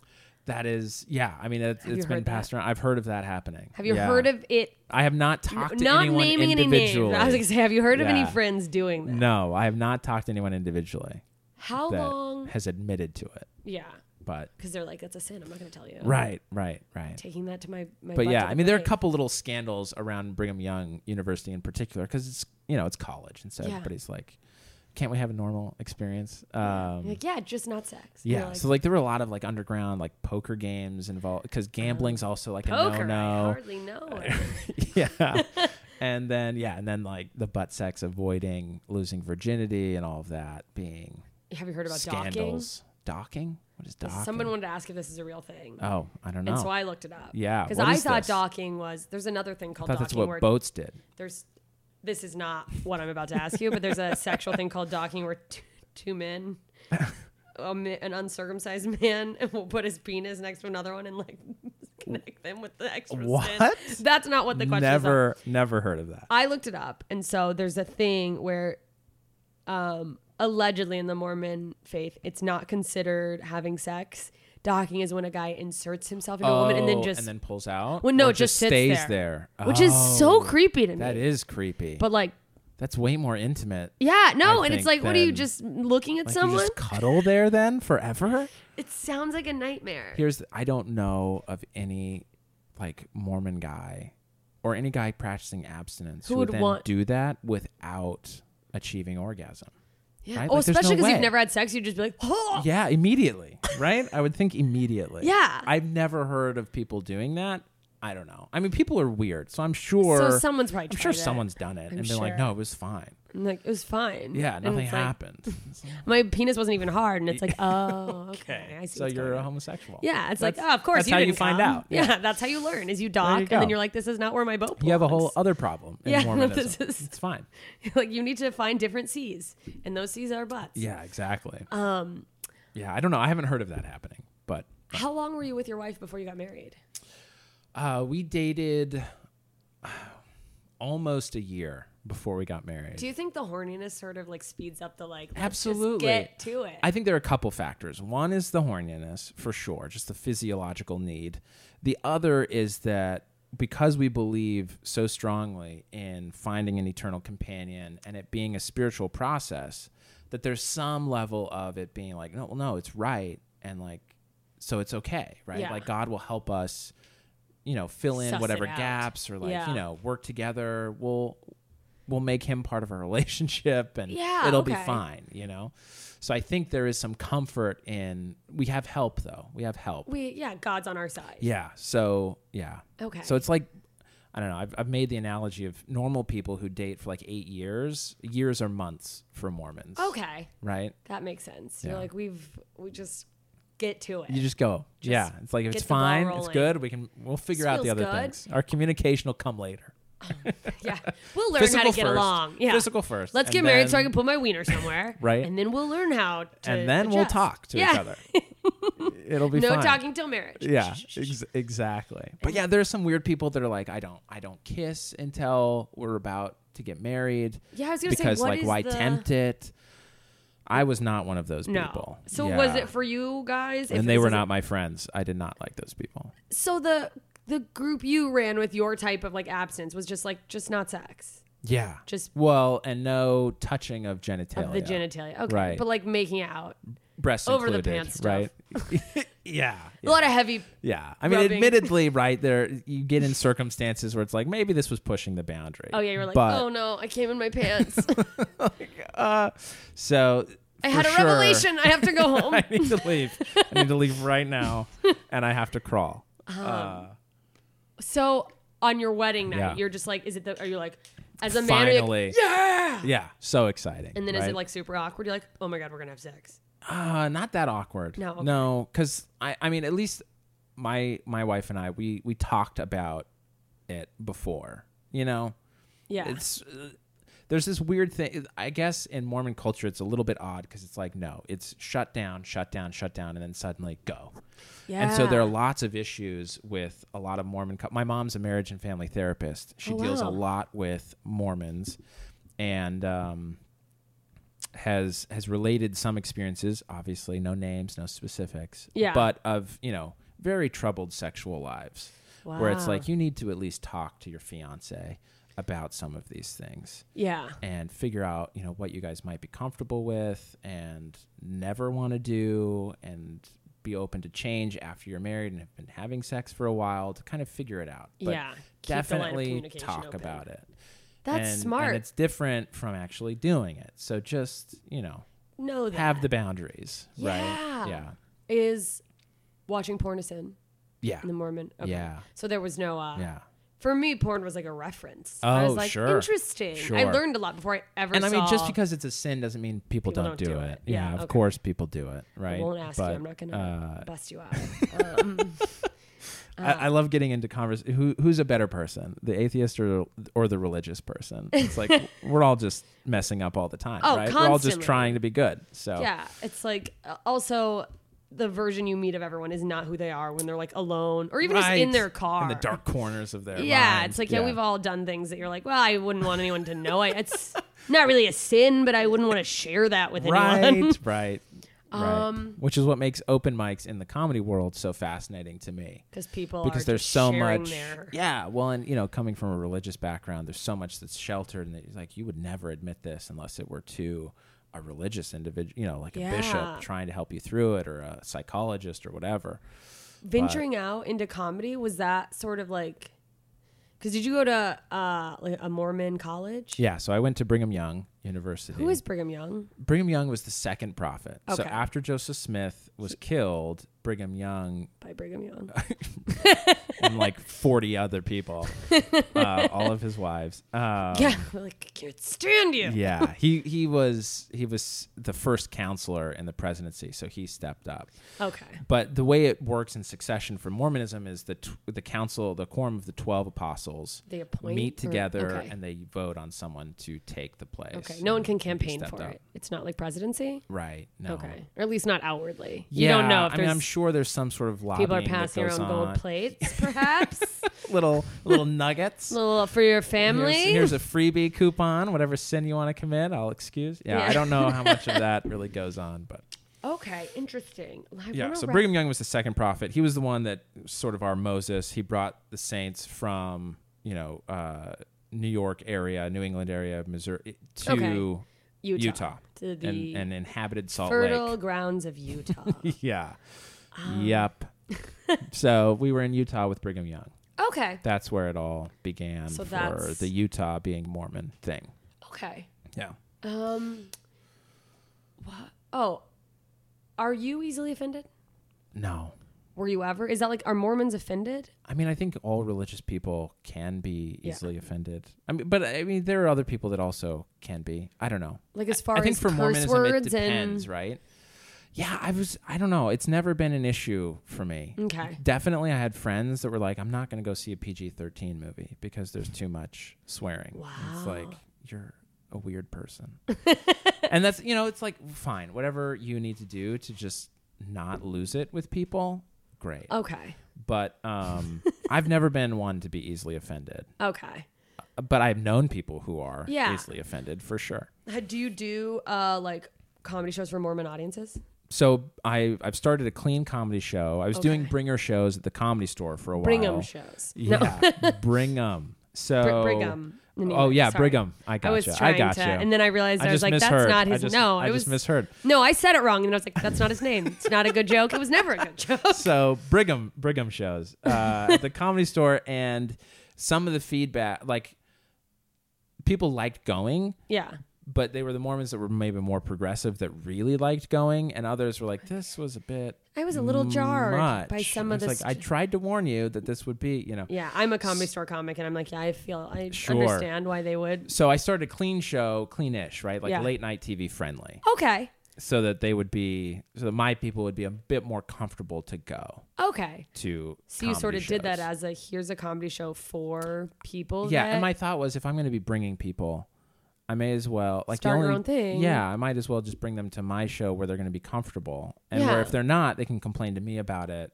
that is yeah. I mean, it, it's
you
been
heard that?
passed around. I've heard of that happening.
Have you
Yeah.
heard of it?
I have not talked to
Not
anyone
naming any names.
individually.
I was gonna say, have you heard of any
Yeah.
friends doing that?
no, I have not talked to anyone individually
How
that
long?
has admitted to it.
Yeah,
But
because they're like, that's a sin. I'm not gonna tell you.
right, right, right.
Taking that to my. my
But
butt
yeah,
to the
I mean, there are a
grave.
couple little scandals around Brigham Young University in particular because it's you know it's college, and so
Yeah.
everybody's like, can't we have a normal experience? Um,
You're Like yeah, just not sex. And
yeah,
you're like,
so like there were a lot of like underground like poker games involved because gambling's also like
poker.
a
I
no
hardly know. it."
no. yeah, and then yeah, and then like the butt sex avoiding losing virginity and all of that being
Have you heard about
scandals. Docking? What is
docking?
docking?
Someone wanted to ask if this is a real thing.
oh, I don't know.
And so I looked it up.
Yeah,
Because
what
I
is
thought
this?
docking was there's another thing
I
called
thought that's
docking
what
where
boats did.
there's this is not what I'm about to ask you, but there's a sexual thing called docking where two, two men, a, ma- an uncircumcised man, will put his penis next to another one and like connect them with the extra.
What?
Skin. That's not what the question is.
Never, never heard of that.
I looked it up, and so there's a thing where, um, allegedly in the Mormon faith, it's not considered having sex. Docking is when a guy inserts himself into a woman and then
Oh,
just,
and then pulls out.
Well, no,
Or
it just sits
stays
there.
there,
which is so
Oh,
creepy to me.
That is creepy. But
but like,
that's way more intimate.
yeah, no,
I
and it's like,
think
what are you
then-
just looking at
Like you
someone?
just cuddle there then forever.
It sounds like a nightmare.
Here's the, I don't know of any like Mormon guy or any guy practicing abstinence
Who
who,
would
would then
want-
do that without achieving orgasm.
yeah.
right?
Oh,
Like, there's
especially
no
because
way.
you've never had sex, you'd just be like, oh,
Yeah, immediately, right? I would think immediately.
Yeah.
I've never heard of people doing that. I don't know. I mean, people are weird, so I'm sure.
So someone's probably
I'm sure
tried it.
someone's done it
I'm
and been like,
sure.
"No, it was fine."
And like it was fine.
Yeah,
And
nothing
it's like,
happened. It's like,
my penis wasn't even hard, and it's like, oh, okay, I see.
so
what's
you're
going
a
on.
homosexual.
Yeah, it's like,
That's-
oh, of course.
That's how you
didn't
find
come.
out.
Yeah. that's how you learn. Is you dock, and
go.
then you're like, this is not where my boat.
You have a whole
belongs.
other problem in
Yeah,
Mormonism.
this is-
It's fine.
like you need to find different seas, and those seas are butts.
Yeah, exactly. Um, yeah, I don't know. I haven't heard of that happening, but
How long were you with your wife before you got married?
uh, we dated uh, almost a year before we got married.
Do you think the horniness sort of like speeds up the like? let's just
Absolutely.
get to it.
I think there are a couple factors. One is the horniness, for sure, just the physiological need. The other is that because we believe so strongly in finding an eternal companion and it being a spiritual process, that there's some level of it being like, no, well, no, it's right. And like, so it's okay, right?
Yeah.
Like, God will help us, you know, fill in
Suss it
whatever
out.
gaps or like,
Yeah.
you know, work together. We'll, we'll make him part of our relationship and
Yeah,
it'll be
okay.
fine, you know? So I think there is some comfort in we have help though. We have help.
we yeah, God's on our side.
yeah. So yeah.
Okay.
So it's like I don't know. I've, I've made the analogy of normal people who date for like eight years. Years are months for Mormons.
Okay,
Right?
that makes sense. You're
Yeah.
like we've we just get to it.
You just go. yeah. It's like if
get
it's
the ball
fine, it's
rolling.
good. We can we'll figure out the
feels
other
good.
things. Our communication will come later.
yeah, we'll learn how to
Physical
get
first.
along. Yeah,
Physical first,
Let's
and
get married so I
then-
can put my wiener somewhere.
Right.
and then we'll learn how. to
and then we'll
adjust.
talk to each
Yeah.
other. It'll be
No
fine.
talking till marriage.
Yeah, ex- exactly. But yeah, there's some weird people that are like, I don't, I don't kiss until we're about to get married.
Yeah, I was gonna say,
because
what
like,
is
why
the-
tempt it? I was not one of those
No.
people.
So was
Yeah.
it for you guys? if
And they
this
were
is-
not my friends. I did not like those people.
So the the group you ran with your type of like abstinence was just like just not sex,
Yeah.
Just-
well, and no touching of genitalia.
of the genitalia. Okay,
Right.
but like making out,
breasts
over the
included,
pants stuff.
right? yeah.
a lot of heavy.
Yeah. I mean,
Rubbing.
admittedly, right there, you get in circumstances where it's like maybe this was pushing the boundary.
Oh yeah, you were like,
But-
oh no, I came in my pants.
So
I
for
had a
sure-
revelation. I have to go home.
I need to leave. I need to leave right now, and I have to crawl.
so on your wedding night,
Yeah.
you're just like, is it? The, are you like, as a man, are you like-
Finally, yeah, yeah, so exciting.
and then is
right?
it like super awkward? You're like, oh my god, we're gonna have sex.
uh, not that awkward?
No, okay.
no, because I, I mean, at least my my wife and I, we we talked about it before. You know,
Yeah.
it's uh, there's this weird thing. I guess in Mormon culture, it's a little bit odd because it's like no, it's shut down, shut down, shut down, and then suddenly go.
yeah.
And so there are lots of issues with a lot of Mormon. cou- My mom's a marriage and family therapist. She deals a
Oh, wow.
lot with Mormons, and um, has has related some experiences. Obviously, no names, no specifics.
Yeah.
But of you know very troubled sexual lives, where it's
Wow.
like you need to at least talk to your fiance about some of these things
Yeah.
and figure out you know what you guys might be comfortable with and never want to do and be open to change after you're married and have been having sex for a while to kind of figure it out but
Yeah, keep the line of
definitely
communication
talk
open.
about it
That's
And-
smart.
and it's different from actually doing it so just you know
know that
have the boundaries
Yeah.
right yeah
is watching porn a sin
yeah
in the Mormon. Okay.
Yeah.
So there was no. Uh,
yeah
For me, porn was like a reference. I
Oh,
was like,
sure.
Interesting. I
Sure.
learned a lot before I ever.
and I mean, just
saw-
because it's a sin doesn't mean people,
People
don't, do it.
Yeah,
Yeah, of
okay.
course people do it, right?
I won't ask
But,
you. I'm not gonna
uh,
bust you out. Oh.
I, I love getting into converse. Who, who's a better person, the atheist or or the religious person? It's like we're all just messing up all the time,
Oh,
right? We're all just
constantly.
trying to be good. So
yeah, it's like uh, also the version you meet of everyone is not who they are when they're like alone or even just in
Right.
their car
in the dark corners of their
Yeah,
mind.
it's like yeah, we've all done things that you're like, well, I wouldn't want anyone to know. I, it's not really a sin, but I wouldn't want to share that with anyone.
right, right.
Um,
right. Which is what makes open mics in the comedy world so fascinating to me.
because people
because
are
there's
just
so
sharing
much
their-
yeah well and you know coming from a religious background there's so much that's sheltered and that it's like you would never admit this unless it were to a religious individual you know like a
Yeah.
bishop trying to help you through it or a psychologist or whatever
venturing out into comedy was that sort of like because did you go to uh like a mormon college
yeah so i went to brigham young university
who is brigham young
brigham young was the second prophet so
Okay.
after joseph smith was killed brigham young
by brigham young
and like 40 other people, uh, all of his wives. Um,
yeah, we're like I can't stand you.
yeah, he he was he was the first counselor in the presidency, so he stepped up.
Okay.
But the way it works in succession for Mormonism is the t- the council, the quorum of the twelve apostles,
They appoint
meet
or-
together
okay.
and they vote on someone to take the place.
Okay. No one can
And he
campaign
stepped
for
up.
it. It's not like presidency.
Right. No.
Okay. Or at least not outwardly.
Yeah,
you don't know if
I
there's
mean, I'm sure there's some sort of lobbying
people are
that
passing
goes
around gold
on.
plates, perhaps.
little little nuggets.
little uh, for your
Here's,
family.
here's a freebie coupon. Whatever sin you want to commit, I'll excuse. Yeah,
Yeah.
I don't know how much of that really goes on, but
okay, interesting. I
yeah.
wanna
So
wrap-
Brigham Young was the second prophet. He was the one that was sort of our Moses. He brought the saints from you know uh, New York area, New England area, Missouri eh, to
Okay. Utah. To
and,
the
and inhabited Salt
fertile Ah.
Lake.
grounds of Utah.
Yeah. Yep. so we were in Utah with Brigham Young.
okay.
That's where it all began
So
for
that's-
the Utah being Mormon thing.
Okay.
Yeah.
Um. What? Oh, are you easily offended?
No.
Were you ever? Is that like are Mormons offended?
I mean, I think all religious people can be
Yeah.
easily offended. I mean, but I mean, there are other people that also can be. I don't know.
Like as far
I think
as
for
curse
Mormonism,
words
it depends,
and
right? Yeah, I was. I don't know. It's never been an issue for me.
Okay.
Definitely, I had friends that were like, "I'm not going to go see a PG-13 movie because there's too much swearing." Wow. It's like you're a weird person, and that's you know, it's like fine, whatever you need to do to just not lose it with people, great.
okay,
But um, I've never been one to be easily offended.
okay.
But I've known people who are
Yeah.
easily offended for sure.
Uh, Do you do uh like comedy shows for Mormon audiences?
so I I've started a clean comedy show. I was doing bringer shows at the comedy store for a while.
Brigham shows.
Yeah, Brigham. So
Br- Brigham. the name
Oh
of it.
yeah,
Sorry.
Brigham. I got
I was
you.
trying
I got
to,
you.
and then I realized I, was
just
like,
misheard.
"That's not
I
his."
just-
no,
I
it
just
was
misheard.
No, I said it wrong, and then I was like, "That's not his name. It's not a good joke. It was never a good joke."
so Brigham Brigham shows uh, at the comedy store, and some of the feedback, like people liked going,
Yeah,
but they were the Mormons that were maybe more progressive that really liked going, and others were like, "This was a bit."
I was a little jarred
much.
by some
And
of
it's
this.
Like I tried to warn you that this would be, you know.
yeah, I'm a comedy store comic, and I'm like, "Yeah, I feel I
Sure.
understand why they would."
So I started a clean show, cleanish, right? Like
Yeah.
late night TV friendly,
Okay,
so that they would be, so that my people would be a bit more comfortable to go
okay.
to.
So you sort
comedy
of did that as
shows.
a here's a comedy show for people.
yeah.
that-
And my thought was, if I'm going to be bringing people, I may as well like the
Start your
only-
own thing.
Yeah, I might as well just bring them to my show where they're going to be comfortable, and where
Yeah.
if they're not, they can complain to me about it,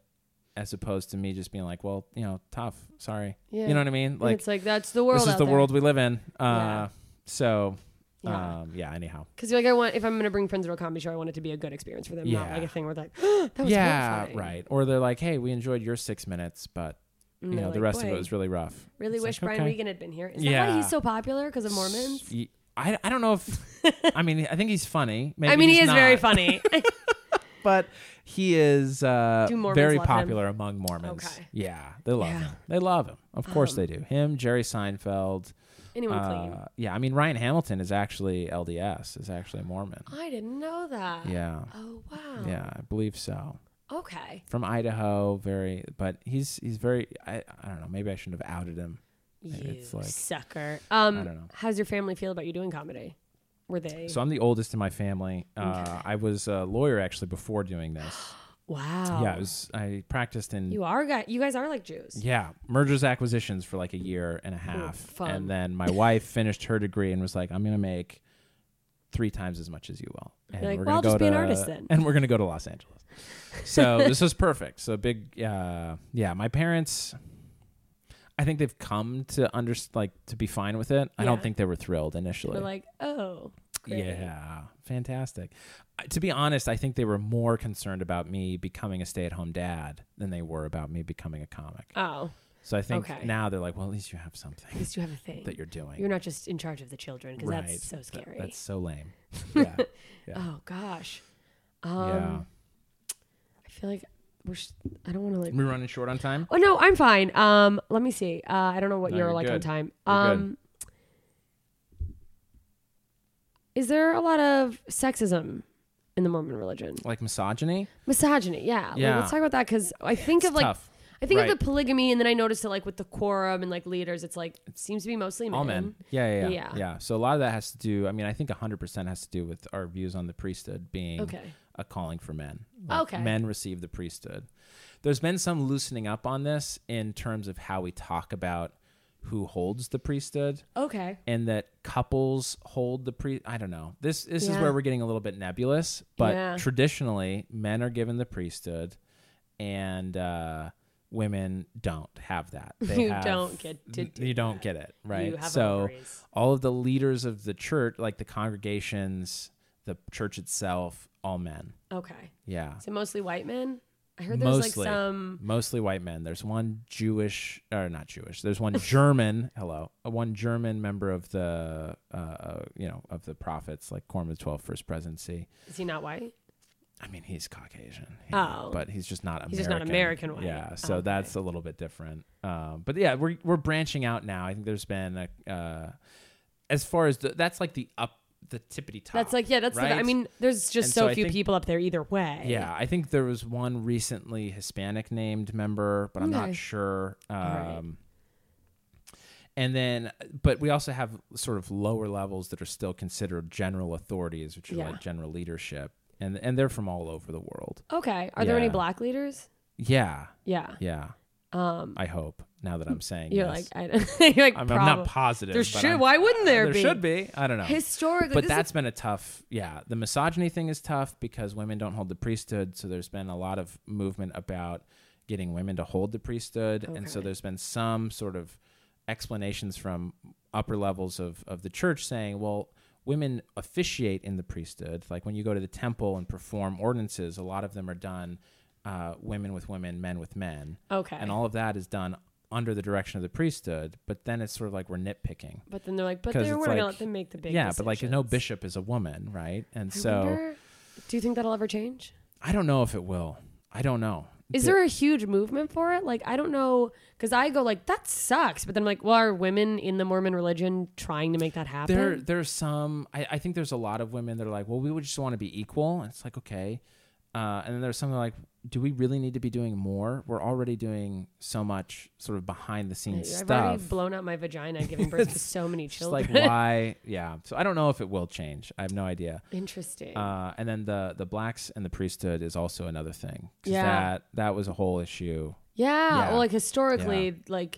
as opposed to me just being like, well, you know, tough, sorry,
Yeah.
you know what I mean?
And it's like that's the world.
this is
out
the
there.
world we live in. Uh,
Yeah.
So,
Yeah.
Um, yeah. Anyhow,
Because like I want, if I'm gonna bring friends to a comedy show, I want it to be a good experience for them, not
Yeah.
like a thing where they're like, "That was
yeah,
horrifying."
right. Or they're like, "Hey, we enjoyed your six minutes, but you
And
know
they're
the
like,
rest of
"Boy,
it was really rough."
Really
It's
wish
like,
Brian
okay.
Regan had been here. Is that
Yeah.
why he's so popular? Because of Mormons?
Y- I, I don't know if I mean I think he's funny. Maybe
I mean, he
he's
is very
not,
funny.
but he is uh,
Do Mormons
very
love him?
popular among Mormons.
Okay.
Yeah, they love
Yeah. Um,
him. They love him. Of course they do. Him, Jerry Seinfeld.
Anyone
Uh, yeah, I mean Ryan Hamilton is actually LDS. Is actually a Mormon.
clean? I didn't know that.
Yeah,
Oh wow.
yeah, I believe so.
Okay.
from Idaho. Very, but he's he's very. I, I don't know. Maybe I shouldn't have outed him.
You
It's like-
sucker. Um,
I don't know.
How's your family feel about you doing comedy? Were they?
So I'm the oldest in my family. Uh, I was a lawyer actually before doing this.
wow.
Yeah, I was. I practiced in
You are guys. You guys are like Jews.
yeah mergers acquisitions for like a year and a half,
fun.
and then my wife finished her degree and was like, I'm gonna make three times as much as you will. And
You're like,
we're
"Well,
gonna
I'll
go
just be an
to-
artist then."
And we're gonna go to Los Angeles. So this was perfect. So big, uh, yeah. My parents, I think they've come to under like to be fine with it. I don't
Yeah.
think they were thrilled initially.
We're like, oh, great.
yeah, fantastic. I- To be honest, I think they were more concerned about me becoming a stay-at-home dad than they were about me becoming a comic.
Oh,
So I think
okay.
now they're like, well, at least you have
at
something
least you have a thing.
that you're doing.
You're not just in charge of the children because
right.
that's so
That-
scary.
that's so lame. Yeah.
oh gosh. Um,
yeah.
I feel like we're. Sh- I don't want to like.
We're running short on time.
Oh no, I'm fine. Um, let me see. Uh, I don't know what
No,
you're,
you're
like on
good.
time.
You're good.
Um, is there a lot of sexism in the Mormon religion?
Like misogyny.
Misogyny, yeah. Like,
Yeah.
let's talk about that because I think
It's
of like
tough.
I think
Right.
of the polygamy, and then I noticed it like with the quorum and like leaders. It's like it seems to be mostly men.
All men. Yeah, yeah, yeah,
Yeah.
yeah. So a lot of that has to do. I mean, I think 100% has to do with our views on the priesthood being
Okay.
a calling for men.
Okay.
Men receive the priesthood. There's been some loosening up on this in terms of how we talk about who holds the priesthood
Okay.
and that couples hold the pre I don't know. This this is
Yeah.
where we're getting a little bit nebulous, but
Yeah.
traditionally men are given the priesthood and uh women don't have that. They
You
have-
don't get to do
You don't get it, right?
You have
so
ovaries.
all of the leaders of the church, like the congregations, the church itself, all men.
Okay.
Yeah.
So mostly white men. I heard there's
mostly
like some.
mostly white men. There's one Jewish or not Jewish. There's one German. hello, uh, one German member of the uh, uh, you know of the prophets like Corm of the Twelve First Presidency.
Is he not white?
I mean, he's Caucasian. he-
Oh.
but he's just not American.
He's just not American white.
Yeah, so that's a little bit different. Um, but yeah, we're we're branching out now. I think there's been a uh, as far as the, that's like the up the tippity top.
That's like yeah. That's the, I
right?
mean, there's just
And
so,
so I
few
think-
people up there either way.
Yeah, I think there was one recently Hispanic named member, but I'm
Okay.
not sure. Um, And then, but we also have sort of lower levels that are still considered general authorities, which are
Yeah.
like general leadership, and and they're from all over the world.
Okay. Are there any
Yeah.
black leaders?
Yeah,
Yeah.
yeah. Um, I hope now that I'm saying
You're
yes.
like I don't, you're like
I'm, I'm
probably.
not positive.
there
but
should.
I'm- uh,
why wouldn't there,
there
be?
should be. I don't know.
Historically,
but
this is
that's been a tough yeah the misogyny thing is tough because women don't hold the priesthood so there's been a lot of movement about getting women to hold the priesthood and so
Okay.
there's been some sort of explanations from upper levels of, of the church saying well women officiate in the priesthood like when you go to the temple and perform ordinances a lot of them are done uh, women with women men with men
Okay.
and all of that is done under the direction of the priesthood but then it's sort of like we're nitpicking
But then they're like, but
'Cause
they're
it's
we're gonna
like-
let them make the big.
yeah but like no
decisions.
bishop is a woman right and
I
so
wonder- do you think that'll ever change?
i don't know if it will i don't know
Is
The-
there a huge movement for it? Like I don't know, because I go like that sucks, but then I'm like, well, are women in the Mormon religion trying to make that happen?
there there's some I, I think there's a lot of women that are like well we would just want to be equal and it's like okay uh, and then there's some that are like do we really need to be doing more we're already doing so much sort of behind the
I've
scenes
already
stuff
blown out my vagina giving birth to so many
it's like
children.
why yeah so i don't know if it will change i have no idea
Interesting.
Uh, and then the the blacks and the priesthood is also another thing. 'Cause
Yeah.
That that was a whole issue.
yeah,
yeah.
Well, like historically,
Yeah.
like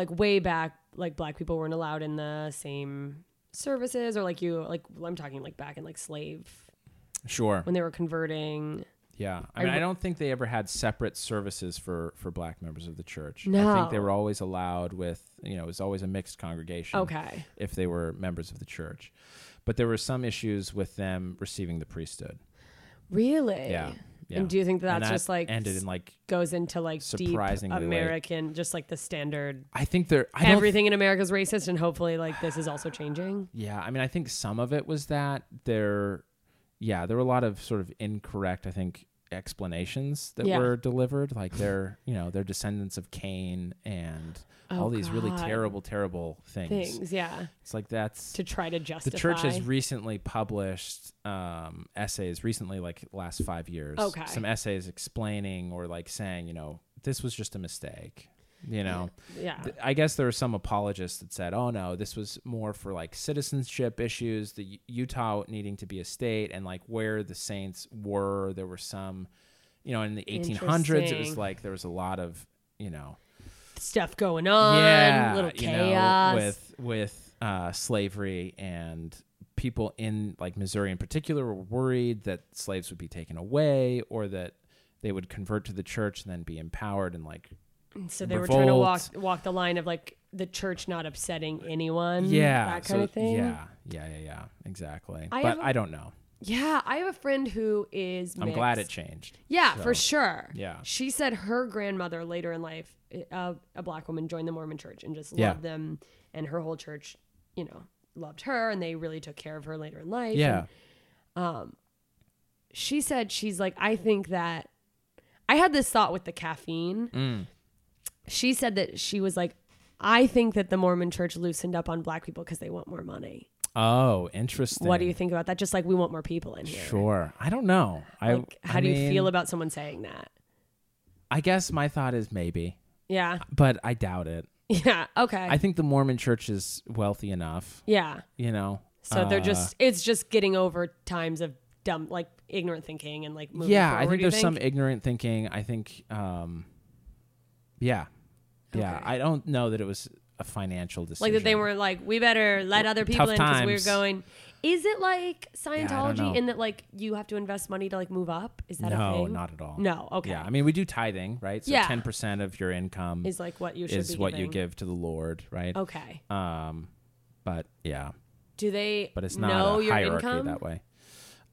like way back, like black people weren't allowed in the same services, or like you, like I'm talking like back in like slave
Sure.
when they were converting.
Yeah, I mean, I,
re-
don't think they ever had separate services for for black members of the church. I
No.
think they were always allowed with you know it was always a mixed congregation.
Okay.
if they were members of the church, but there were some issues with them receiving the priesthood.
Really?
Yeah, yeah.
And do you think that
And
that's
that
just like
ended in like
goes into like deep
surprisingly late.
American, just like the standard
I think there I don't
everything in America is racist, and hopefully like this is also changing.
Yeah, I mean, I think some of it was that there, yeah, there were a lot of sort of incorrect, I think, explanations that
Yeah.
were delivered. Like they're, you know, they're descendants of Cain and all these really
Oh, God.
terrible, terrible things.
Things, yeah,
It's like that's
to try to
the
justify.
church has recently published um, essays recently, like last five years.
Okay.
some essays explaining or like saying, you know, this was just a mistake. You know,
yeah,
Th- I guess there are some apologists that said, "Oh no, this was more for like citizenship issues, the U- Utah needing to be a state, and like where the saints were. There were some, you know, in the 1800s, it
Interesting.
was like there was a lot of, you know,
stuff going on,
yeah,
little
you know,
chaos.
with with uh, slavery and." People in like Missouri in particular were worried that slaves would be taken away or that they would convert to the church and then be empowered and like
so they were trying to walk
revolt.
walk the line of like the church not upsetting anyone.
yeah
Mm, that kind
so-
of thing.
yeah yeah yeah yeah exactly
I
but
have a-
i don't know
yeah. I have a friend who is.
i'm glad
mixed.
it changed
Yeah, for
So,
sure.
yeah.
She said her grandmother later in life, uh, a black woman, joined the Mormon church and just
Yeah.
loved them. And her whole church, you know, loved her and they really took care of her later in life.
yeah
And she said, she's like, I think that I had this thought with the caffeine.
Mm.
She said that she was like, I think that the Mormon church loosened up on black people because they want more money.
oh interesting
What do you think about that? Just like we want more people in here.
sure i don't know i
Like, how
I
do you
mean,
feel about someone saying that?
I guess my thought is maybe,
Yeah.
but I doubt it.
Yeah. Okay.
I think the Mormon church is wealthy enough,
yeah.
you know.
So
Uh,
they're just it's just getting over times of dumb like ignorant thinking and like moving
Yeah,
forward,
I think
you
there's some ignorant thinking. I think um yeah. Yeah,
Okay.
I don't know that it was a financial decision.
like that they were like we better let other people in
Tough
because we're
times.
going. Is it like
know.
Scientology in that like you have to invest money to like move up? Is that a
No,
thing?
not at all.
No, okay.
Yeah, I mean we do tithing, right? So
Yeah.
10% of your income
Is like what you should
is
be
what you
giving.
give to the Lord, right?
Okay.
Um but yeah,
Do they
but it's not
know
a
your
hierarchy
income?
that way.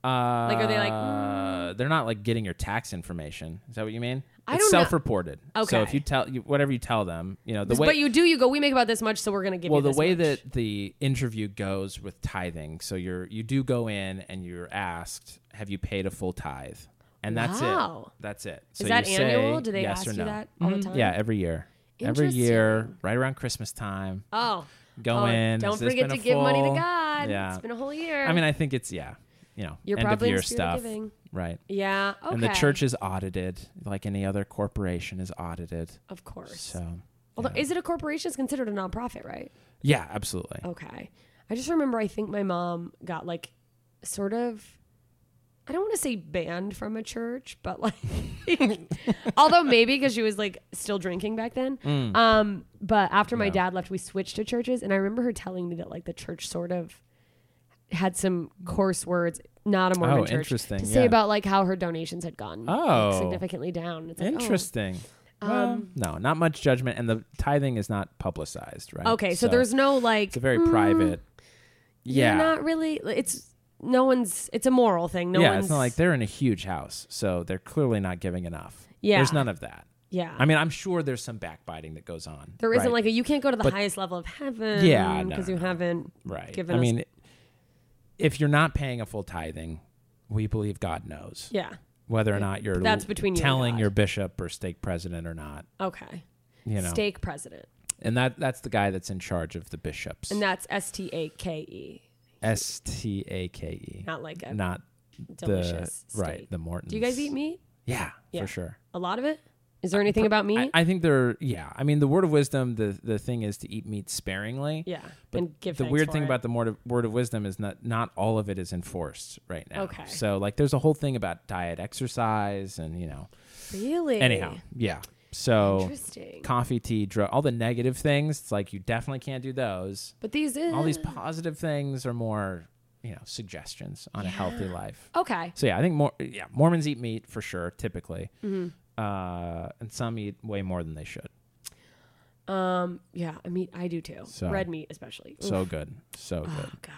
Uh,
are they like,
they're not like getting your tax information? Is that what you mean?
I
it's
don't know.
self-reported. So if
Okay.
you tell you, whatever you tell them, you know the way
but you do. You go. We make about this much, so we're gonna give.
well
you
the
this
way
much."
that the interview goes with tithing so you're you do go in and you're asked have you paid a full tithe and that's
Wow.
it that's it so
Is that
you say
annual? Do they
yes
ask
or
you
no.
that all the
Mhm.
time?
yeah every year every year right around christmas time
Oh,
go
Oh,
in
Don't
Has this
forget
been
to
a
give money to
full-
God.
yeah
It's been a whole year.
i mean i think it's yeah you know
You're
end
probably in
of year
the spirit of
stuff
giving.
right
yeah. Okay.
and the church is audited like any other corporation is audited
of course.
so
Although, is it a corporation? It's considered a nonprofit, right?
yeah absolutely
Okay. I just remember. I think my mom got like, sort of. I don't want to say banned from a church, but like, although maybe because she was like still drinking back then.
Mm.
Um, but after my dad left, we switched to churches, and I remember her telling me that like the church sort of had some coarse words, not a Mormon
Oh,
church,
interesting,
to say
yeah.
about like how her donations had gone like,
Oh.
significantly down. It's like, oh.
Interesting. um, no, not much judgment, and the tithing is not publicized, right?
Okay, so, there's no like
it's a very
"Mm,
private. Yeah,
You're not really. It's no one's. It's a moral thing. No
yeah.
one's
It's not like they're in a huge house, so they're clearly not giving enough.
Yeah.
there's none of that.
Yeah.
I mean, I'm sure there's some backbiting that goes on.
There isn't
right?
like a you can't go to the highest level of heaven.
Yeah, no,
because
no,
you
no.
haven't
right.
given
I
us-
mean, if you're not paying a full tithing, we believe God knows
Yeah.
whether or not you're
That's between you and
telling
God.
your bishop or stake president or not.
Okay.
You know,
Stake president,
and that that's the guy that's in charge of the bishops.
and that's S T A K E,
S T A K E.
not like a
not
delicious
the right
steak.
the Mortons.
Do you guys eat meat?
Yeah,
Yeah.
for sure.
A lot of it. Is there anything about meat?
I, I think they're yeah. I mean, the word of wisdom. The the thing is to eat meat sparingly.
yeah.
But
and give
the
thanks
weird
for
thing
it.
about the word of, word of wisdom is not not all of it is enforced right now.
Okay.
So like, there's a whole thing about diet, exercise, and you know.
really
Anyhow, yeah. So
Interesting.
coffee, tea, drug, all the negative things. It's like you definitely can't do those.
But these is
All these positive things are more, you know, suggestions on a healthy life.
okay.
So yeah, I think more yeah Mormons eat meat for sure, typically,
Mm-hmm.
uh, and some eat way more than they should.
Um. Yeah. I mean, I do too.
So-
Red meat, especially. Oof.
So good, so
Oh
good.
God.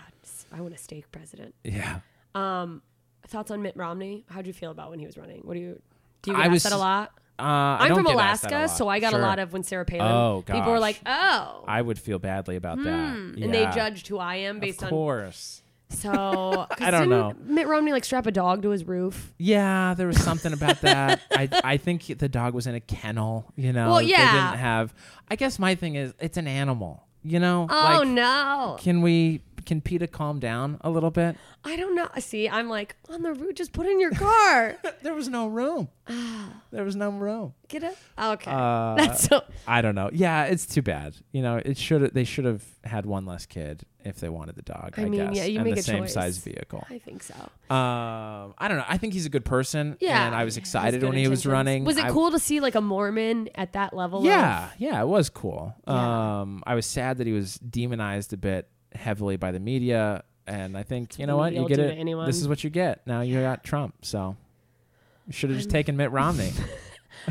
I want a steak president.
Yeah,
Thoughts on Mitt Romney? How'd you feel about when he was running? What do you do? You
I
get asked
was-
that a lot.
uh, I
I'm
don't
from
get asked that a
Alaska,
lot.
so I got
Sure.
a lot of when Sarah Palin.
Oh,
people were
gosh.
like, "Oh,"
I would feel badly about that.
Hmm. and they
Yeah.
judged who I am based
of
on.
course.
So I
don't know.
Mitt Romney like strap a dog to his roof.
Yeah, there was something about that. I I think the dog was in a kennel. You know,
Well,
they
yeah.
didn't have. I guess my thing is it's an animal. You know,
Oh
Like,
no,
Can we? Can PETA calm down a little bit?
I don't know. See, I'm like on the roof. Just put in your car.
There was no room. there was no room.
Get it? Okay,
Uh,
that's so.
I don't know. Yeah, it's too bad. You know, it should they should have had one less kid if they wanted the dog. I,
I mean,
guess.
yeah, you
and
make
the
a
same
choice.
size vehicle.
I think so.
Um, I don't know. I think he's a good person.
Yeah,
and I was
he has
excited
good
when he was
intentions.
running.
Was it
I-
cool to see like a Mormon at that level? of-
Yeah, yeah, it was cool. Um, I was sad that he was demonized a bit heavily by the media, and I think you know
what
what
the
you
media
get
will do
it.
to anyone.
This is what you get. Now you got Trump, so you should have just taken Mitt Romney.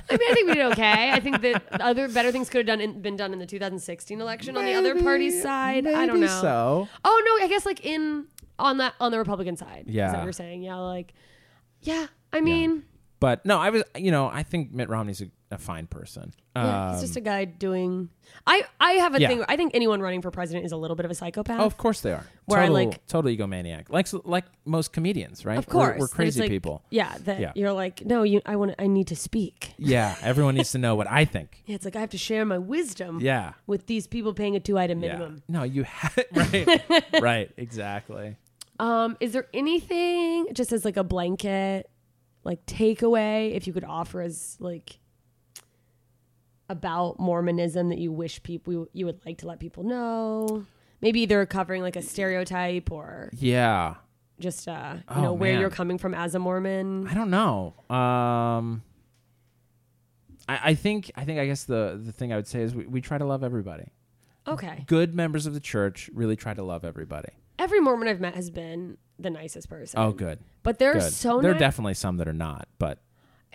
I mean, I think we did okay. I think that other better things could have done in, been done in the 2016 election on the other party's side. I don't
Maybe
know.
So
Oh no, I guess like in on that on the Republican side. is that
Yeah.
what you're saying? Yeah, like yeah. I mean,
But no, I was, you know, I think Mitt Romney's a, a fine person.
yeah,
Um,
he's just a guy doing. I I have a
yeah.
thing. I think anyone running for president is a little bit of a psychopath.
oh, of course they are.
Where I,
total,
like-
total egomaniac, like like most comedians, right?
of course,
we're, we're
that
crazy
it's, like-
people.
Yeah, that
Yeah.
you're like, no, you. I want. I need to speak.
Yeah, everyone needs to know what I think.
Yeah, it's like I have to share my wisdom.
Yeah.
With these people paying a two-item
Yeah.
minimum.
No, you had right, right, exactly.
Um, is there anything just as like a blanket, like takeaway, if you could offer as like about Mormonism that you wish people you would like to let people know? Maybe either covering like a stereotype or
Yeah.
just uh, you
Oh,
know where
man.
you're coming from as a Mormon.
I don't know. Um, I, I think I think I guess the the thing I would say is we, we try to love everybody.
Okay,
Good members of the church really try to love everybody.
every Mormon I've met has been the nicest person.
Oh, good.
but they're
good.
so
there are
ni-
definitely some that are not, but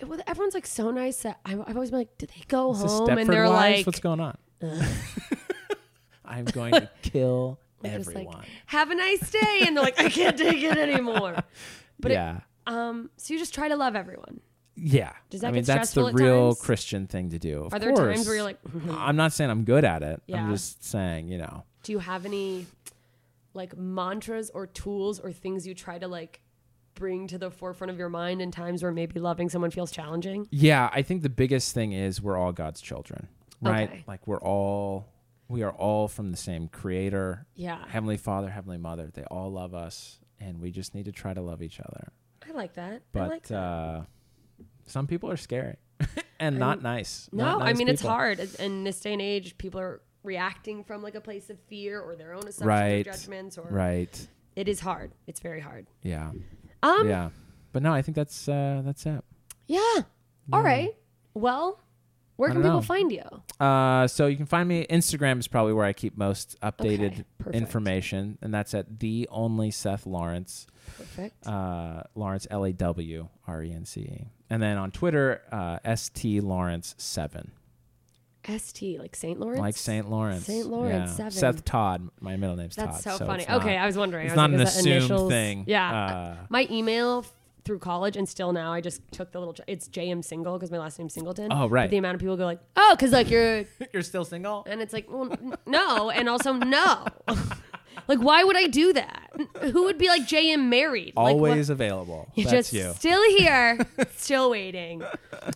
well, everyone's like so nice that I, I've always been like, do they go
it's a
home?
Stepford
And they're
wives.
like,
what's going on? I'm going to kill
just like,
everyone.
have a nice day, and they're like, I can't take it anymore. But it-
yeah,
um, so you just try to love everyone.
yeah.
Does that
I mean,
get
that's the
stressful at
real
times?
Christian thing to do. Of
Are there times where
course.
you're like, "Mm-hmm."
I'm not saying I'm good at it.
Yeah.
I'm just saying, you know.
do you have any like mantras or tools or things you try to like bring to the forefront of your mind in times where maybe loving someone feels challenging?
Yeah, I think the biggest thing is we're all God's children, right?
Okay.
Like we're all we are all from the same creator.
Yeah.
Heavenly Father, Heavenly Mother, they all love us and we just need to try to love each other.
I like that.
But
I like that.
uh some people are scary and not nice.
no,
not
I
nice
mean it's
people.
hard It's- in this day and age. People are reacting from like a place of fear or their own assumptions
Right.
or judgments. Or
Right.
it is hard. It's very hard.
Yeah.
Um, yeah.
yeah. But no, I think that's uh that's it.
All right. Well, where
I
can
don't
people
know.
find you?
Uh, so you can find me. Instagram is probably where I keep most updated
Okay, perfect.
information, and that's at the only Seth Lawrence.
Perfect.
Uh, Lawrence L A W R E N C E, and then on Twitter uh, S T Lawrence seven,
St like Saint Lawrence.
like Saint Lawrence.
St. Lawrence, seven.
Seth Todd. My middle name's
That's
Todd.
so funny.
it's not-
okay, I was wondering.
It's
I was
not
like,
an
is that
assumed
initials?
thing.
Yeah.
Uh,
my email f- through college and still now, I just took the little. tr- It's JM Single because my last name's Singleton.
Oh,
But
right.
the amount of people go like, oh, because like you're,
You're still single.
and it's like, well, n- no, and also no. like, why would I do that? Who would be like JM married? like,
Always
what-
available.
You're
That's
just
you.
still here, still waiting.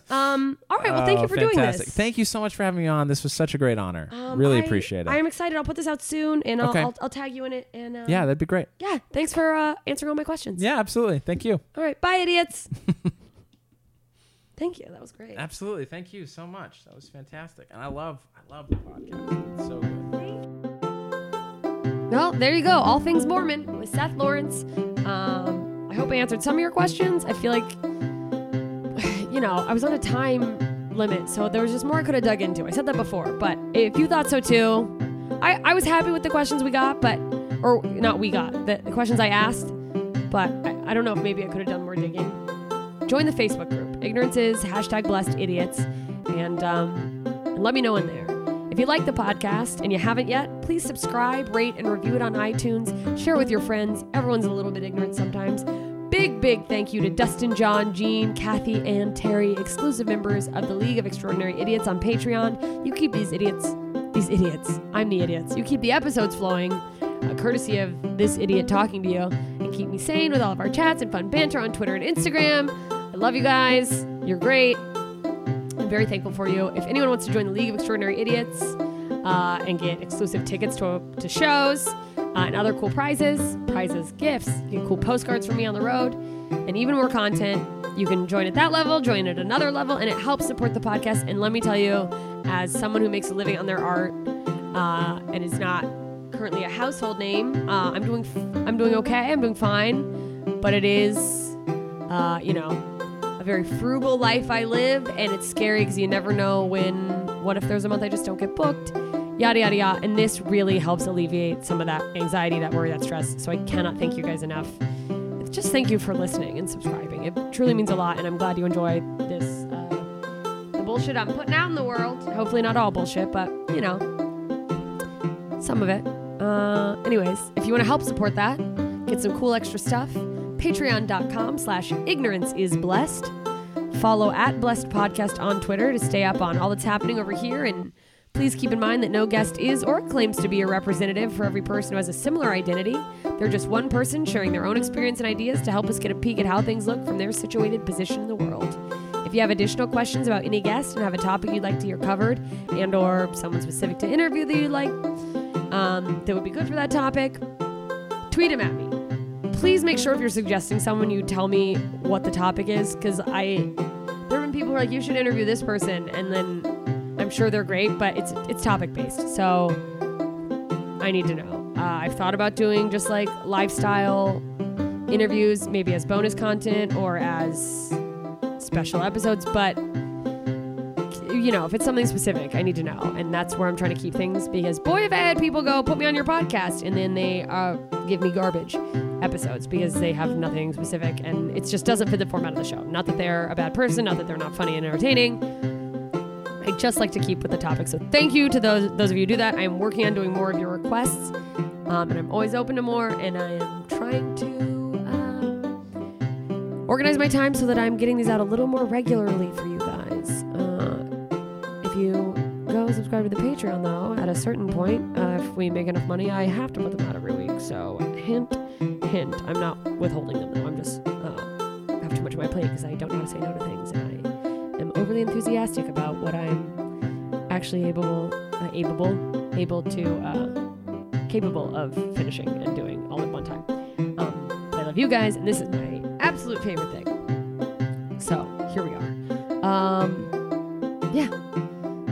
Um. All right. Well, thank you
Oh,
for doing
fantastic.
this.
Thank you so much for having me on. This was such a great honor.
Um,
really
I-
appreciate it.
I'm excited. I'll put this out soon, and I'll,
Okay.
I'll, I'll tag you in it. And um,
yeah, that'd be great.
yeah. Thanks for uh, answering all my questions.
Yeah, absolutely. Thank you.
All right. Bye, idiots. Thank you. That was great.
Absolutely. Thank you so much. That was fantastic. And I love I love the podcast. It's so good.
Well, there you go. All things Mormon with Seth Lawrence. Um, I hope I answered some of your questions. I feel like, you know, I was on a time limit, so there was just more I could have dug into. I said that before, but if you thought so too, I, I was happy with the questions we got, but, or not we got, the, the questions I asked, but I, I don't know if maybe I could have done more digging. Join the Facebook group, Ignorance is hashtag blessed idiots, and, um, and let me know in there. If you like the podcast and you haven't yet, please subscribe, rate, and review it on iTunes. Share with your friends. Everyone's a little bit ignorant sometimes. Big, big thank you to Dustin, John, Jean, Kathy, and Terry, exclusive members of the League of Extraordinary Idiots on Patreon. You keep these idiots, these idiots, I'm the idiots. You keep the episodes flowing, uh, courtesy of this idiot talking to you, and keep me sane with all of our chats and fun banter on Twitter and Instagram. I love you guys. You're great. I'm very thankful for you. If anyone wants to join the League of Extraordinary Idiots uh, and get exclusive tickets to, to shows uh, and other cool prizes, prizes, gifts, you get cool postcards from me on the road, and even more content, you can join at that level, join at another level, and it helps support the podcast. And let me tell you, as someone who makes a living on their art uh, and is not currently a household name, uh, I'm doing f- I'm doing okay. I'm doing fine, but it is, uh, you know, a very frugal life I live, and it's scary because you never know when. What if there's a month I just don't get booked? Yada yada yada. And this really helps alleviate some of that anxiety, that worry, that stress. So I cannot thank you guys enough. Just thank you for listening and subscribing. It truly means a lot, and I'm glad you enjoy this. Uh, the bullshit I'm putting out in the world. Hopefully, not all bullshit, but you know, some of it. Uh, anyways, if you want to help support that, get some cool extra stuff. Patreon.com slash ignorance is blessed. Follow at Blessed Podcast on Twitter to stay up on all that's happening over here. And please keep in mind that no guest is or claims to be a representative for every person who has a similar identity. They're just one person sharing their own experience and ideas to help us get a peek at how things look from their situated position in the world. If you have additional questions about any guest and have a topic you'd like to hear covered and or someone specific to interview that you'd like um, that would be good for that topic, tweet them at me. Please make sure if you're suggesting someone, you tell me what the topic is, because I there have been people who are like, you should interview this person, and then I'm sure they're great, but it's it's topic based. So I need to know. Uh, I've thought about doing just like lifestyle interviews, maybe as bonus content or as special episodes, but you know, if it's something specific, I need to know. And that's where I'm trying to keep things because, boy, if I had people go, put me on your podcast, and then they uh, give me garbage episodes because they have nothing specific and it just doesn't fit the format of the show. Not that they're a bad person, not that they're not funny and entertaining. I just like to keep with the topic. So thank you to those, those of you who do that. I'm working on doing more of your requests um, and I'm always open to more and I am trying to. Um, organize my time so that I'm getting these out a little more regularly for you guys. Uh, if you go subscribe to the Patreon, though, at a certain point, uh, if we make enough money, I have to put them out every week. So, hint, hint. I'm not withholding them, though. I'm just uh, have too much on my plate because I don't know how to say no to things, and I am overly enthusiastic about what I'm actually able, uh, able, able to, uh, capable of finishing and doing all at one time. Um, but I love you guys, and this is my absolute favorite thing. So here we are. Um, yeah.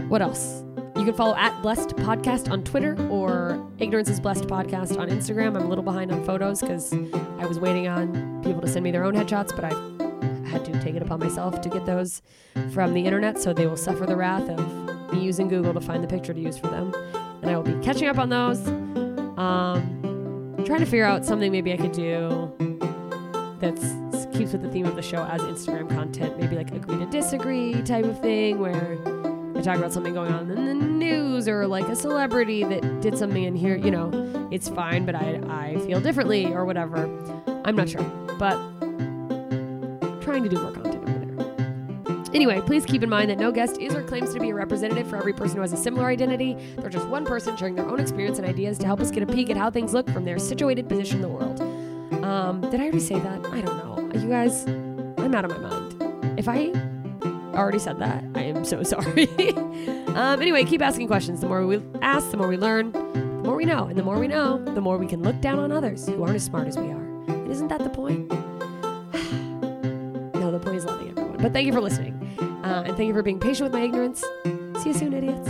What else? You can follow at Blessed Podcast on Twitter or Ignorance is Blessed Podcast on Instagram. I'm a little behind on photos because I was waiting on people to send me their own headshots, but I had to take it upon myself to get those from the internet, so they will suffer the wrath of me using Google to find the picture to use for them. And I will be catching up on those. Um, trying to figure out something maybe I could do that keeps with the theme of the show as Instagram content, maybe like agree to disagree type of thing where I talk about something going on in the news or like a celebrity that did something in here, you know, it's fine, but I, I feel differently or whatever. I'm not sure, but trying to do more content over there. Anyway, please keep in mind that no guest is or claims to be a representative for every person who has a similar identity. They're just one person sharing their own experience and ideas to help us get a peek at how things look from their situated position in the world. Um, did I already say that? I don't know. You guys, I'm out of my mind. If I already said that, I am so sorry. um, anyway, keep asking questions. The more we ask, the more we learn, the more we know. And the more we know, the more we can look down on others who aren't as smart as we are. And isn't that the point? no, the point is loving everyone. But thank you for listening. Uh, and thank you for being patient with my ignorance. See you soon, idiots.